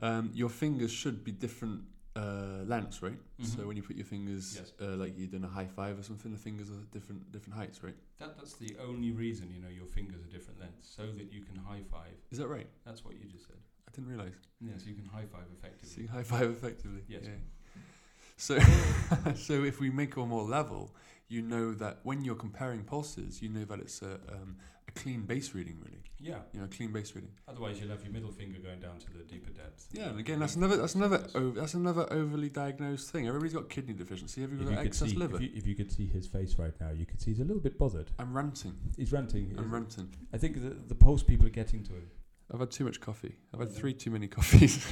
Yeah. Um, your fingers should be different uh, lengths, right? So Mhm. when you put your fingers, Yes. uh, like you're doing a high five or something, the fingers are different different heights, right? That, that's the only reason you know your fingers are different lengths, so that you can high five. Is that right? That's what you just said. I didn't realize. Yes, you can high five So effectively. you high five effectively. Yes. So so if we make one more level, you know that when you're comparing pulses, you know that it's a um, a clean base reading, really. Yeah. You know, a clean base reading. Otherwise, you'll have your middle finger going down to the deeper depths. Yeah, and again, that's another that's another over, that's another overly diagnosed thing. Everybody's got kidney deficiency. Everybody's got excess liver. if you could see his face right now, you could see he's a little bit bothered. I'm ranting. He's ranting. I'm ranting. I think the, the pulse people are getting to him. I've had too much coffee. I've had Yeah. three too many coffees.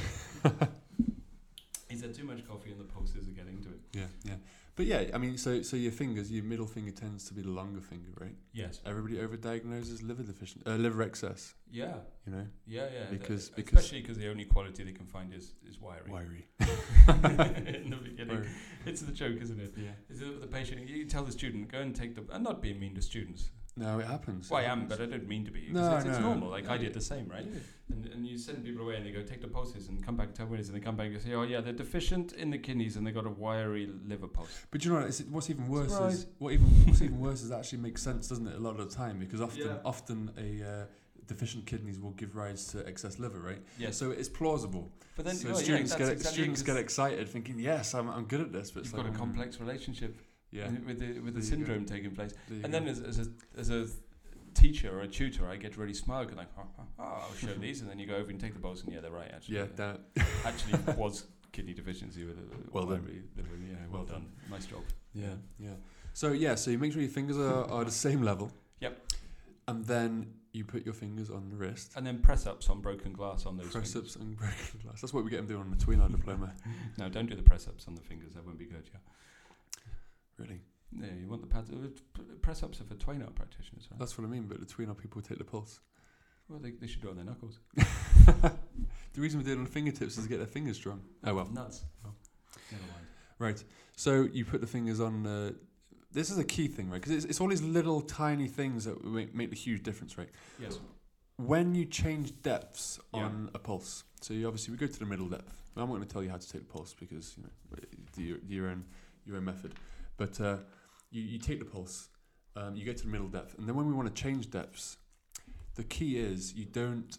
He's had too much coffee and the pulses are getting to it. Yeah, yeah. But yeah, I mean, so so your fingers, your middle finger tends to be the longer finger, right? Yes. Everybody overdiagnoses liver deficient, uh, liver excess. Yeah. You know, Yeah, yeah. th- Because- uh, because- especially because the only quality they can find is is wiry. wiry. In the beginning, Wiry. it's the joke, isn't it? Yeah. Is it the patient? You tell the student, go and take the. I'm not being mean to students. No, it happens. Well, I It am, happens. but I don't mean to be. 'cause No, it's, it's no. normal. Like I Yeah. did the same, right? Yeah. And, and you send people away and they go take the pulses and come back tell me what it is and they come back and you say, oh yeah, they're deficient in the kidneys and they got a wiry liver pulse. But you know what, it's, what's even worse Surprise. is what even what's even worse is that actually makes sense, doesn't it? A lot of the time, because often Yeah. often a uh, deficient kidneys will give rise to excess liver, right? Yes. So it's plausible. but then so well, yeah, students that's get exactly it, students get 'cause excited, thinking, "Yes, I'm, I'm good at this." But it's You've like, got a mm, complex relationship Yeah. in- with the with There you the go. syndrome taking place. there you And go. then as, as a as a teacher or a tutor, I get really smug and like, oh, oh, oh, I'll show these, and then you go over and take the pulse and yeah, they're right actually. yeah, that actually was kidney deficiency with a Well done. wiry liver. Yeah, well, Well done. Nice job. yeah, yeah. So yeah, so you make sure your fingers are, are the same level. Yep. And then you put your fingers on the wrist. And then press ups on broken glass on those. Press fingers. ups and broken glass. That's what we get them doing on the tween diploma. No, don't do the press ups on the fingers. That won't be good. Yeah. Really. Yeah, you want the pads. uh, p- Press ups are for twine art practitioners, right? That's what I mean, but the tweener people take the pulse. well, they, they should do it on their knuckles. the reason we do it on fingertips is to get their fingers strong. Oh well, nuts. Well. Never mind. right. So you put the fingers on. Uh, this is a key thing, right? Because it's, it's all these little tiny things that make, make the huge difference, right? Yes. When you change depths Yeah. on a pulse, so you obviously we go to the middle depth. Now, I'm not going to tell you how to take the pulse because you know do your, do your own your own method, but uh, you you take the pulse, um, you get to the middle depth, and then when we want to change depths, the key is you don't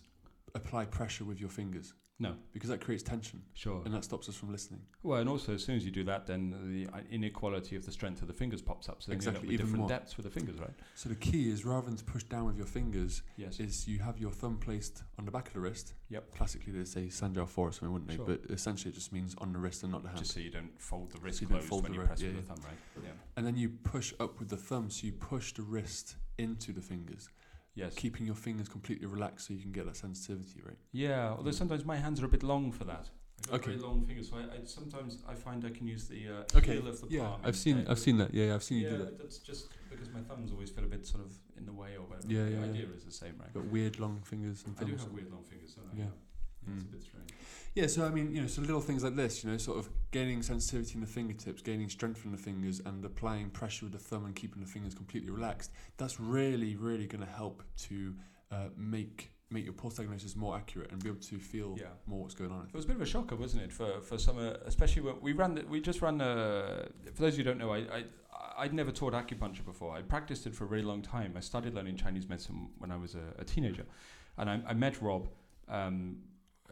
apply pressure with your fingers. No. because that creates tension. Sure. and that stops us from listening. Well, and also as soon as you do that, then the uh, inequality of the strength of the fingers pops up. So then Exactly, you end up with even different more. depths with the fingers, right? So the key is rather than to push down with your fingers, Yes. is you have your thumb placed on the back of the wrist. Yep. Classically, they say Sanjay four or something, wouldn't they? Sure. But essentially, it just means on the wrist and not the hand. Just so you don't fold the wrist you don't closed fold when the you wrist, press yeah, with yeah. the thumb, right? Yeah. and then you push up with the thumb, so you push the wrist into the fingers, Yes. keeping your fingers completely relaxed, so you can get that sensitivity, right? Yeah. Although Mm. sometimes my hands are a bit long for that. I've got Okay. very long fingers, so I, I sometimes I find I can use the uh, Okay. heel of the yeah, palm. I've seen, instead. I've seen that. Yeah, yeah, I've seen yeah, you do that. but that's just because my thumbs always feel a bit sort of in the way or whatever. Yeah, the yeah, yeah. idea is the same, right? Got weird long fingers and I thumbs. do have weird long fingers, don't I? Yeah. It's Mm. a bit strange. Yeah, so I mean, you know, so little things like this, you know, sort of gaining sensitivity in the fingertips, gaining strength from the fingers, and applying pressure with the thumb and keeping the fingers completely relaxed. That's really, really going to help to uh, make make your pulse diagnosis more accurate and be able to feel Yeah. more what's going on. It was a bit of a shocker, wasn't it, for for summer, especially when we ran. The, we just ran. A, for those who don't know, I, I I'd never taught acupuncture before. I practiced it for a really long time. I started learning Chinese medicine when I was a, a teenager, and I, I met Rob um,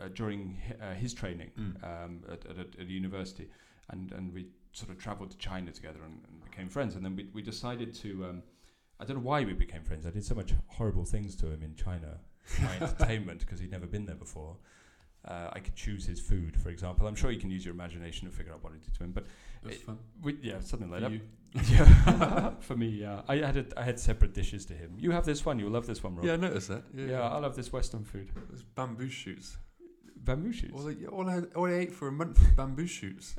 uh, during hi- uh, his training Mm. um, at, at, at- at university, and and we sort of traveled to China together and, and became friends. And then we we decided to. Um, I don't know why we became friends. I did so much horrible things to him in China, for my entertainment, because he'd never been there before. Uh, I could choose his food, for example. I'm sure you can use your imagination to figure out what I did to him. But That's it- fun. we, yeah, something like For that. you. Yeah, for me, yeah. I had a, I had separate dishes to him. You have this one. You'll love this one, Rob. Yeah, I noticed that. Yeah, yeah. I love this Western food. It was bamboo shoots. Bamboo shoots. All I, yeah, all, I had, all I ate for a month was bamboo shoots.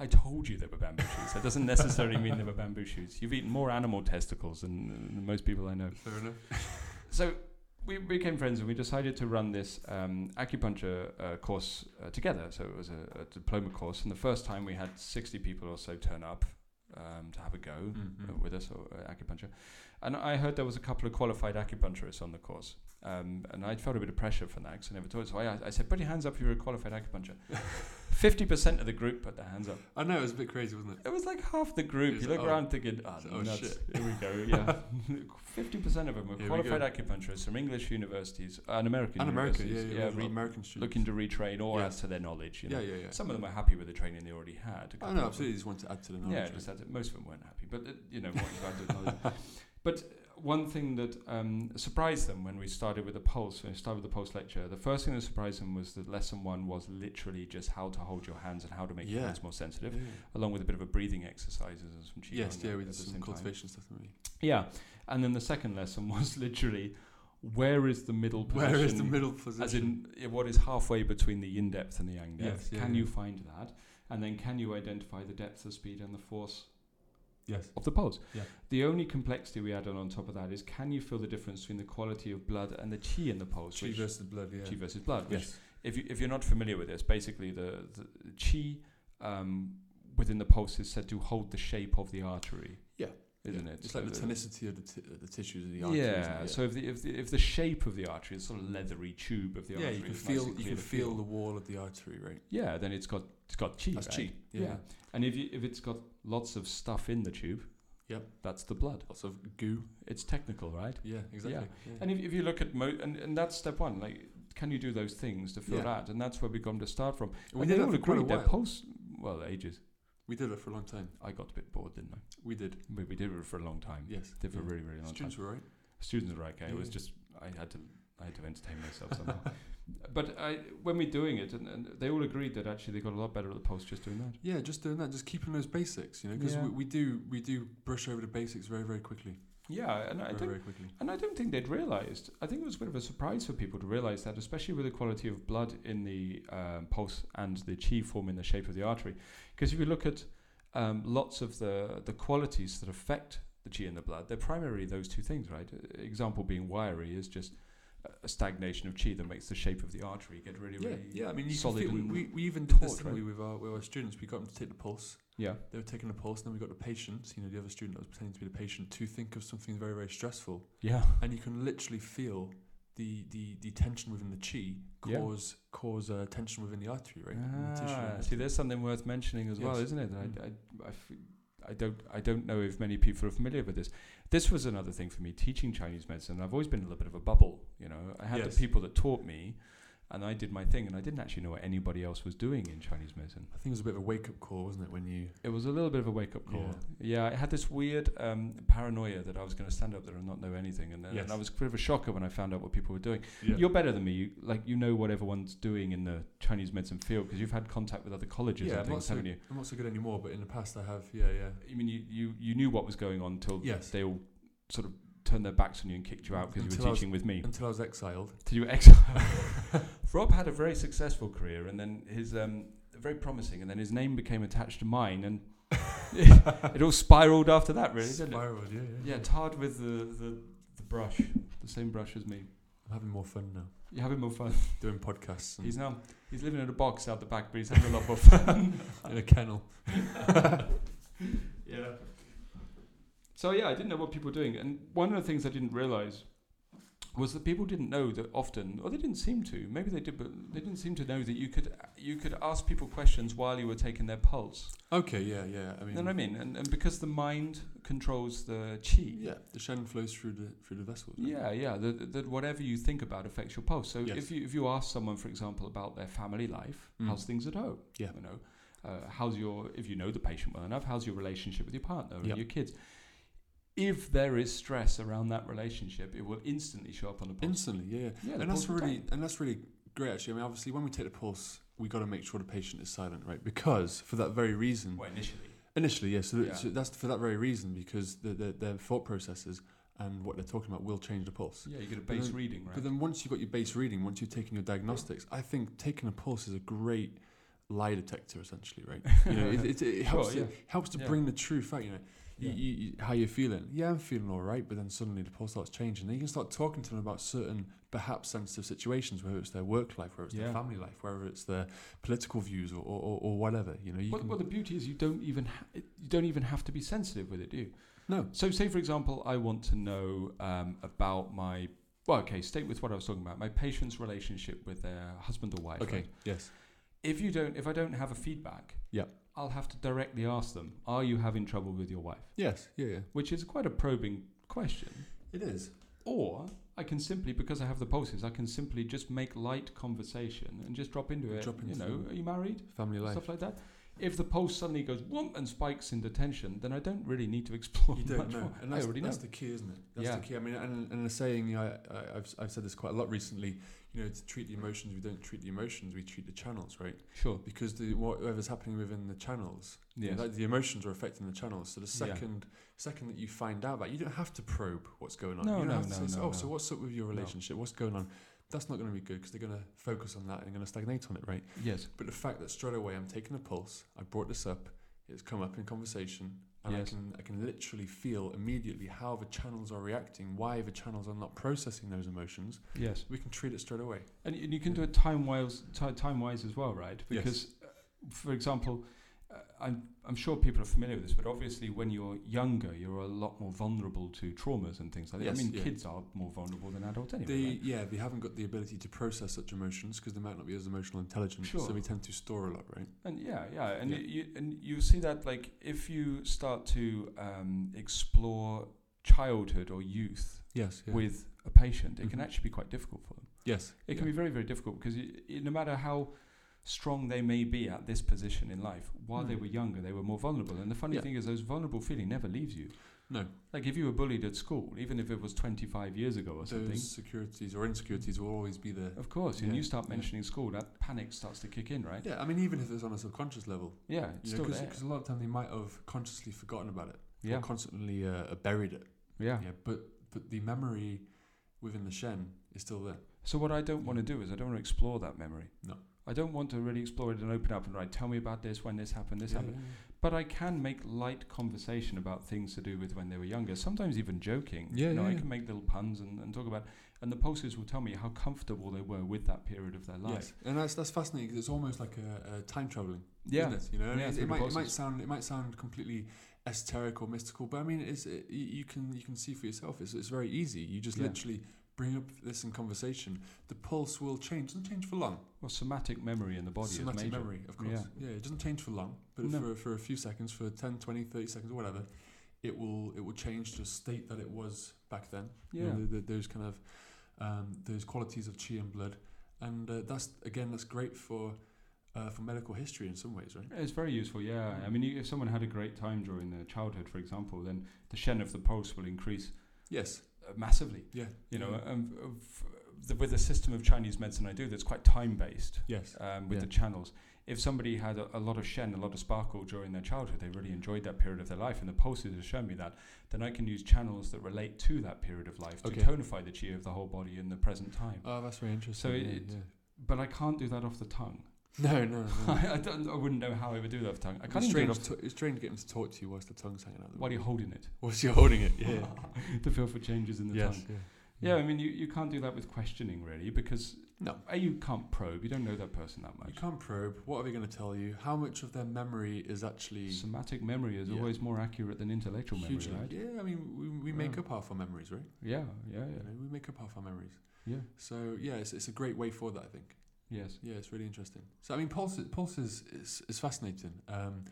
I told you they were bamboo shoots. That doesn't necessarily mean they were bamboo shoots. You've eaten more animal testicles than, than most people I know. Fair enough. So we became friends and we decided to run this um, acupuncture uh, course uh, together. So it was a, a diploma course, and the first time we had 60 people or so turn up um, to have a go uh, Mhm. with us or uh, acupuncture. And I heard there was a couple of qualified acupuncturists on the course. Um, and I felt a bit of pressure from that because I never taught. So I, I said, put your hands up if you're a qualified acupuncture. 50% of the group put their hands up. I know it was a bit crazy, wasn't it? It was like half the group. It's You look like, oh. around thinking, oh, It's like, oh, nuts. shit." Here we go. Yeah, fifty percent of them Here are we qualified go. acupuncturists from English universities uh, and American And America, yeah, universities. yeah, yeah, re- American students. looking to retrain or Yeah. add to their knowledge. You know? yeah, yeah, yeah. Some of them are happy with the training they already had. A I couple know, of them- absolutely. Just want to add to the knowledge. yeah, right? just had to, most of them weren't happy, but uh, you know, what you had to acknowledge. But one thing that um, surprised them when we started with the pulse, when we started with the pulse lecture, the first thing that surprised them was that lesson one was literally just how to hold your hands and how to make your Yeah. hands more sensitive, Yeah. along with a bit of a breathing exercises and some qigong. Yes, yeah, at- with at the some same time. cultivation stuff. Maybe. Yeah, and then the second lesson was literally, where is the middle position? Where is the middle position? As in, yeah, what is halfway between the yin depth and the yang depth? Yes, yeah, Can yeah. you find that? And then can you identify the depth of speed and the force Yes. of the pulse? Yeah. The only complexity we added on top of that is can you feel the difference between the quality of blood and the chi in the pulse? Chi which- versus blood. Yeah. chi versus blood, which Yes. if, you, if you're not familiar with this, basically the, the chi um, within the pulse is said to hold the shape of the artery. Yeah. Isn't Yeah. it? It's So like the the- tonicity of the, t- uh, the tissues of the Yeah, arteries. so if the, if the if the shape of the artery, the sort of leathery tube of the yeah, artery, you can is feel nice and you clear can to feel the wall of the artery, right? yeah, then it's got it's got chi, That's right? chi. Yeah. And if you, if it's got lots of stuff in the tube, Yep. that's the blood. Lots of goo. It's technical, right? Yeah, exactly. Yeah. And if, if you look at mo- and, and that's step one, like can you do those things to fill Yeah. out? And that's where we come to start from. And and they that all for quite a agreed that while. post well ages. We did it for a long time. I got a bit bored, didn't I? We did. We, we did it for a long time. Yes. Did for yeah. a really, really long Students time. were right. Students were okay. It was Yeah. just I had to I had to entertain myself somehow. but I, when we're doing it, and, and they all agreed that actually they got a lot better at the post just doing that. Yeah, just doing that, just keeping those basics, you know, because Yeah. we, we do we do brush over the basics very very quickly, Yeah, and I very don't very quickly. And I don't think they'd realised. I think it was a bit of a surprise for people to realise that, especially with the quality of blood in the um, pulse and the chi forming the shape of the artery. Because if you look at um, lots of the, the qualities that affect the chi in the blood, they're primarily those two things, right? Uh, Example being wiry is just a- a stagnation of chi that makes the shape of the artery get really, Yeah, really yeah. I mean, you solid. can feel, we, and- we, we even did this taut, didn't right? we, with our with our students. We got them to take the pulse. yeah, They were taking the pulse, and then we got the patients, you know, the other student that was pretending to be the patient, to think of something very very stressful, yeah, and you can literally feel the the, the tension within the chi Yeah. cause cause uh, tension within the artery, right? in the tissue. Ah, see, there's something worth mentioning as well, Yes. isn't it? I- Mm. I- I f- I don't, I don't know if many people are familiar with this. This was another thing for me teaching Chinese medicine. I've always been a little bit of a bubble, you know. I had Yes. the people that taught me, and I did my thing, and I didn't actually know what anybody else was doing in Chinese medicine. I think it was a bit of a wake up call, wasn't it, when you It was a little bit of a wake up call. Yeah. I had this weird um, paranoia that I was going to stand up there and not know anything, and, then Yes. and I was a bit of a shocker when I found out what people were doing. You're better than me. You, like you know what everyone's doing in the Chinese medicine field because you've had contact with other colleges yeah, and I'm not, things, so, haven't you? I'm not so good anymore, but in the past I have, yeah, yeah. I mean, you, you, you knew what was going on until Yes. they all sort of turned their backs on you and kicked you out because you Until I were was- teaching with me. Until I was exiled. Till you were exiled. Rob had a very successful career and then his, um, very promising, and then his name became attached to mine and it all spiraled after that, really, didn't it? Spiraled, yeah, yeah. Yeah, tarred with the, the, the brush, the same brush as me. I'm having more fun now, You're having more fun. doing podcasts and He's now, he's living in a box out the back, but he's having a lot more fun. in a kennel. yeah. So yeah, I didn't know what people were doing, and one of the things I didn't realize was that people didn't know that often, or they didn't seem to. Maybe they did, but they didn't seem to know that you could you could ask people questions while you were taking their pulse. Okay, yeah, yeah. I You mean, know what I mean? And, and because the mind controls the chi. yeah, the Shen flows through the through the vessels. right? Yeah, yeah. That, that whatever you think about affects your pulse. So Yes. if you if you ask someone, for example, about their family life, Mm. how's things at home? Yeah. You know, uh, how's your if you know the patient well enough, how's your relationship with your partner Yep. and your kids? If there is stress around that relationship, it will instantly show up on the pulse. instantly. Yeah, yeah. yeah, the and that's pulse will really down. and that's really great. Actually, I mean, obviously, when we take the pulse, we got to make sure the patient is silent, right? Because for that very reason, well initially. initially, yeah. So, that- Yeah. so that's for that very reason because the, the, their thought processes and what they're talking about will change the pulse. Yeah, you get a base then- reading, right? But then once you've got your base reading, once you've taken your diagnostics, I think taking a pulse is a great lie detector, essentially, right? You know, it, it, it Sure, helps yeah. to, helps to Yeah. bring the truth out. You know, you, Yeah. you, you- how you're feeling. Yeah, I'm feeling all right, but then suddenly the pulse starts changing. Then you can start talking to them about certain perhaps sensitive situations, whether it's their work life, whether it's Yeah. their family life, whether it's their political views or, or, or, or whatever. You know, you well, can, well, the beauty is you don't even ha- you don't even have to be sensitive with it, do you? no, So, say for example, I want to know um, about my well, okay, stay with what I was talking about. My patient's relationship with their husband or wife. okay, right? yes, If you don't, if I don't have a feedback, Yeah. I'll have to directly ask them, "Are you having trouble with your wife?" yes, yeah, yeah, Which is quite a probing question. it is. Or I can simply, because I have the pulses, I can simply just make light conversation and just drop into it. Drop you into know, it. are you married? Family life. Stuff like that. If the pulse suddenly goes whoomp and spikes into tension, then I don't really need to explore You much don't know, more. and I that's, already that's know. the key, isn't it? That's Yeah. the key. I mean, and, and a saying you know, I, I, I've I've said this quite a lot recently. You know, to treat the emotions, we don't treat the emotions, we treat the channels, right? Sure. Because the whatever's happening within the channels, you know, Yes. like the emotions are affecting the channels. So the Yeah. second second that you find out that, you don't have to probe what's going on. No, you don't no, have to no, say, no, "Oh, no. so what's up with your No. relationship? What's going on?" that's not going to be good because they're going to focus on that and going to stagnate on it, right? Yes. But the fact that straight away I'm taking a pulse, I brought this up, it's come up in conversation, and Yes. I can I can literally feel immediately how the channels are reacting, why the channels are not processing those emotions. Yes. We can treat it straight away. And, y- and you can do it time wise, ti time wise as well, right? Yes. Because, uh, for example, uh, I'm, I'm sure people are familiar with this, but obviously when you're younger, you're a lot more vulnerable to traumas and things like that. Yes, I mean, yeah. kids are more vulnerable than adults anyway. They right? yeah, they haven't got the ability to process such emotions because they might not be as emotional intelligent. Sure. So we tend to store a lot, right? And yeah, yeah, and Yeah. y You, and you see that like if you start to um, explore childhood or youth Yes. Yeah. with a patient, it can Mhm. actually be quite difficult for them. yes. It can be very, very difficult because y y no matter how strong they may be at this position in life, while they Mm. were younger, they were more vulnerable. And the funny Yeah. thing is, those vulnerable feeling never leaves you. no. Like if you were bullied at school, even if it was 25 years ago or something, Those securities or insecurities will always be there. of course, and Yeah, you start yeah. mentioning school, that panic starts to kick in, right? Yeah, I mean, even if it's on a subconscious level, Yeah, it's still there. because a lot of time they might have consciously forgotten about it Yeah, or constantly uh, uh, buried it. yeah. Yeah, but but the memory within the Shen is still there. So what I don't want to do is I don't want to explore that memory. No. I don't want to really explore it and open up and right, tell me about this, when this happened, this happened. But I can make light conversation about things to do with when they were younger, sometimes even joking. Yeah, you know, yeah, I yeah. can make little puns and, and talk about and the pulses will tell me how comfortable they were with that period of their Yes, life. and that's that's fascinating 'cause it's almost like a, a time traveling, Yeah. isn't it? You know, and Yeah, it, through it the might it might pulses. sound it might sound completely esoteric or mystical, but I mean, it's it, you you can you can see for yourself. It's it's very easy. You just Yeah. literally bring up this in conversation. The pulse will change. Doesn't change for long. Well somatic memory in the body Somatic is major. memory, of course. Yeah. it doesn't change for long, but No. for, for a few seconds, for 10, 20, 30 seconds, or whatever, it will it will change to a state that it was back then. Yeah. You know, th- th- those kind of um, those qualities of chi and blood, and uh, that's again that's great for uh, for medical history in some ways, right? It's very useful, yeah. I mean, you- if someone had a great time during their childhood, for example, then the shen of the pulse will increase Yes. uh, massively. Yeah. you know, Yeah. um, f- the, with the system of Chinese medicine I do that's quite time based Yes. um, with the Yeah. channels. If somebody had a, a lot of Shen, a lot of sparkle during their childhood, they really enjoyed that period of their life, and the pulses have shown me that, then I can use channels that relate to that period of life Okay. to tonify the chi of the whole body in the present time. Oh, that's very interesting. So it- But I can't do that off the tongue. yeah. No, no, no. I, don't, I wouldn't know how I would do that off the tongue. I It'd be can't even do it strange off to- it's strange getting to talk to you whilst the tongue's hanging out. the while way. you're holding it. Whilst you're holding it. Yeah. to feel for changes in the yes. Mm. tongue. Yeah, I mean, you, you can't do that with questioning, really, because No. A, you can't probe. You don't know that person that much. You can't probe. What are they going to tell you? How much of their memory is actually Somatic memory is Yeah. always more accurate than intellectual memory, hugely? right? Yeah, I mean, we, we make Yeah. up half our memories, right? Yeah, yeah, You yeah. know, we make up half our memories. Yeah. So yeah, it's, it's a great way forward. That I think. Yes. Yeah, it's really interesting. So I mean, pulse pulse is is, is fascinating. Um,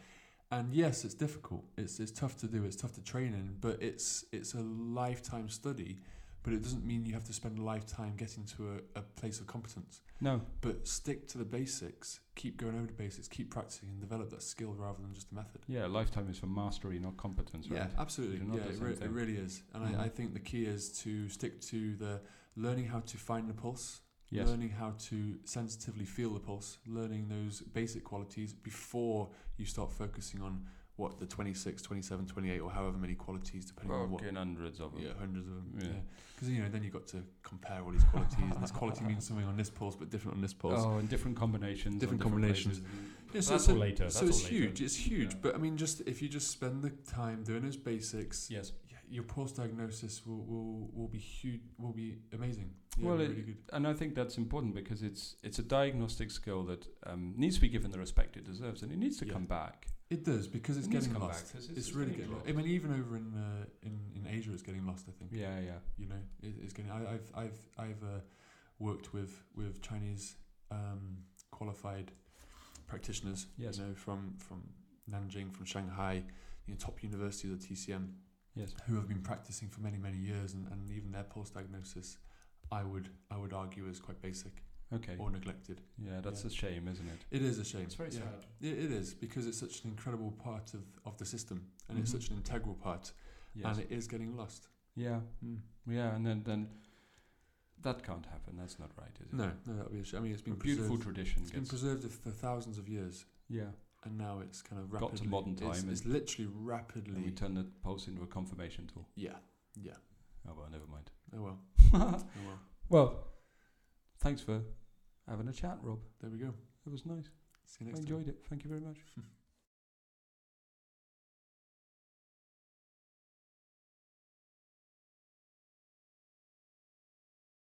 and yes, it's difficult. It's it's tough to do. It's tough to train in. But it's it's a lifetime study. But it doesn't mean you have to spend a lifetime getting to a, a place of competence. No. But stick to the basics. Keep going over the basics. Keep practicing and develop that skill rather than just the method. Yeah, lifetime is for mastery, not competence, Yeah, right? absolutely. They're not Yeah, the it, same re- it thing. really is. And Mhm. I, I think the key is to stick to the learning how to find the pulse, Yes. learning how to sensitively feel the pulse, learning those basic qualities before you start focusing on what the 26, 27, 28, or however many qualities, depending on what. Fucking hundreds of them. Yeah, hundreds of them. Yeah. Yeah. Because, you know, then you've got to compare all these qualities, and this quality means something on this pulse, but different on this pulse. Oh, and different combinations. on Different combinations. places. Yeah, so, That's so- all later. So That's it's all later. huge. It's huge. Yeah. But I mean, just if you just spend the time doing those basics, Yes. yeah, your pulse diagnosis will, will, will be huge, will be amazing. Yeah, Well, well, it- really good. And I think that's important because it's it's a diagnostic skill that um, needs to be given the respect it deserves, and it needs to Yeah. come back. It does because it's it needs to getting come back lost. 'cause It's, really getting good. lost. I mean, even over in uh, in in Asia, it's getting lost. I think. Yeah, yeah. You know, it, it's getting. I, I've I've I've uh, worked with with Chinese um, qualified practitioners. Yes. You know, from from Nanjing, from Shanghai, you know, top universities, the TCM. Yes. who have been practicing for many many years and, and even their pulse diagnosis I would I would argue is quite basic Okay. or neglected. Yeah, that's Yeah. a shame, isn't it? It is a shame. It's very yeah. sad. It, it is because it's such an incredible part of, of the system and it's Mhm. such an integral part Yes. and it Mm. is getting lost. yeah. Yeah, and then, then that can't happen. That's not right, is it? No, no, that would be a shame. I mean, it's A been beautiful preserved. tradition It's been gets preserved for thousands of years yeah, and now it's kind of Got to rapidly modern It's, time it's literally rapidly. and we turn the pulse into a confirmation tool. yeah, yeah. Oh well, never mind. Oh well. Oh well. well, Thanks for having a chat, Rob. There we go. It was nice. See I you next time. enjoyed it. Thank you very much.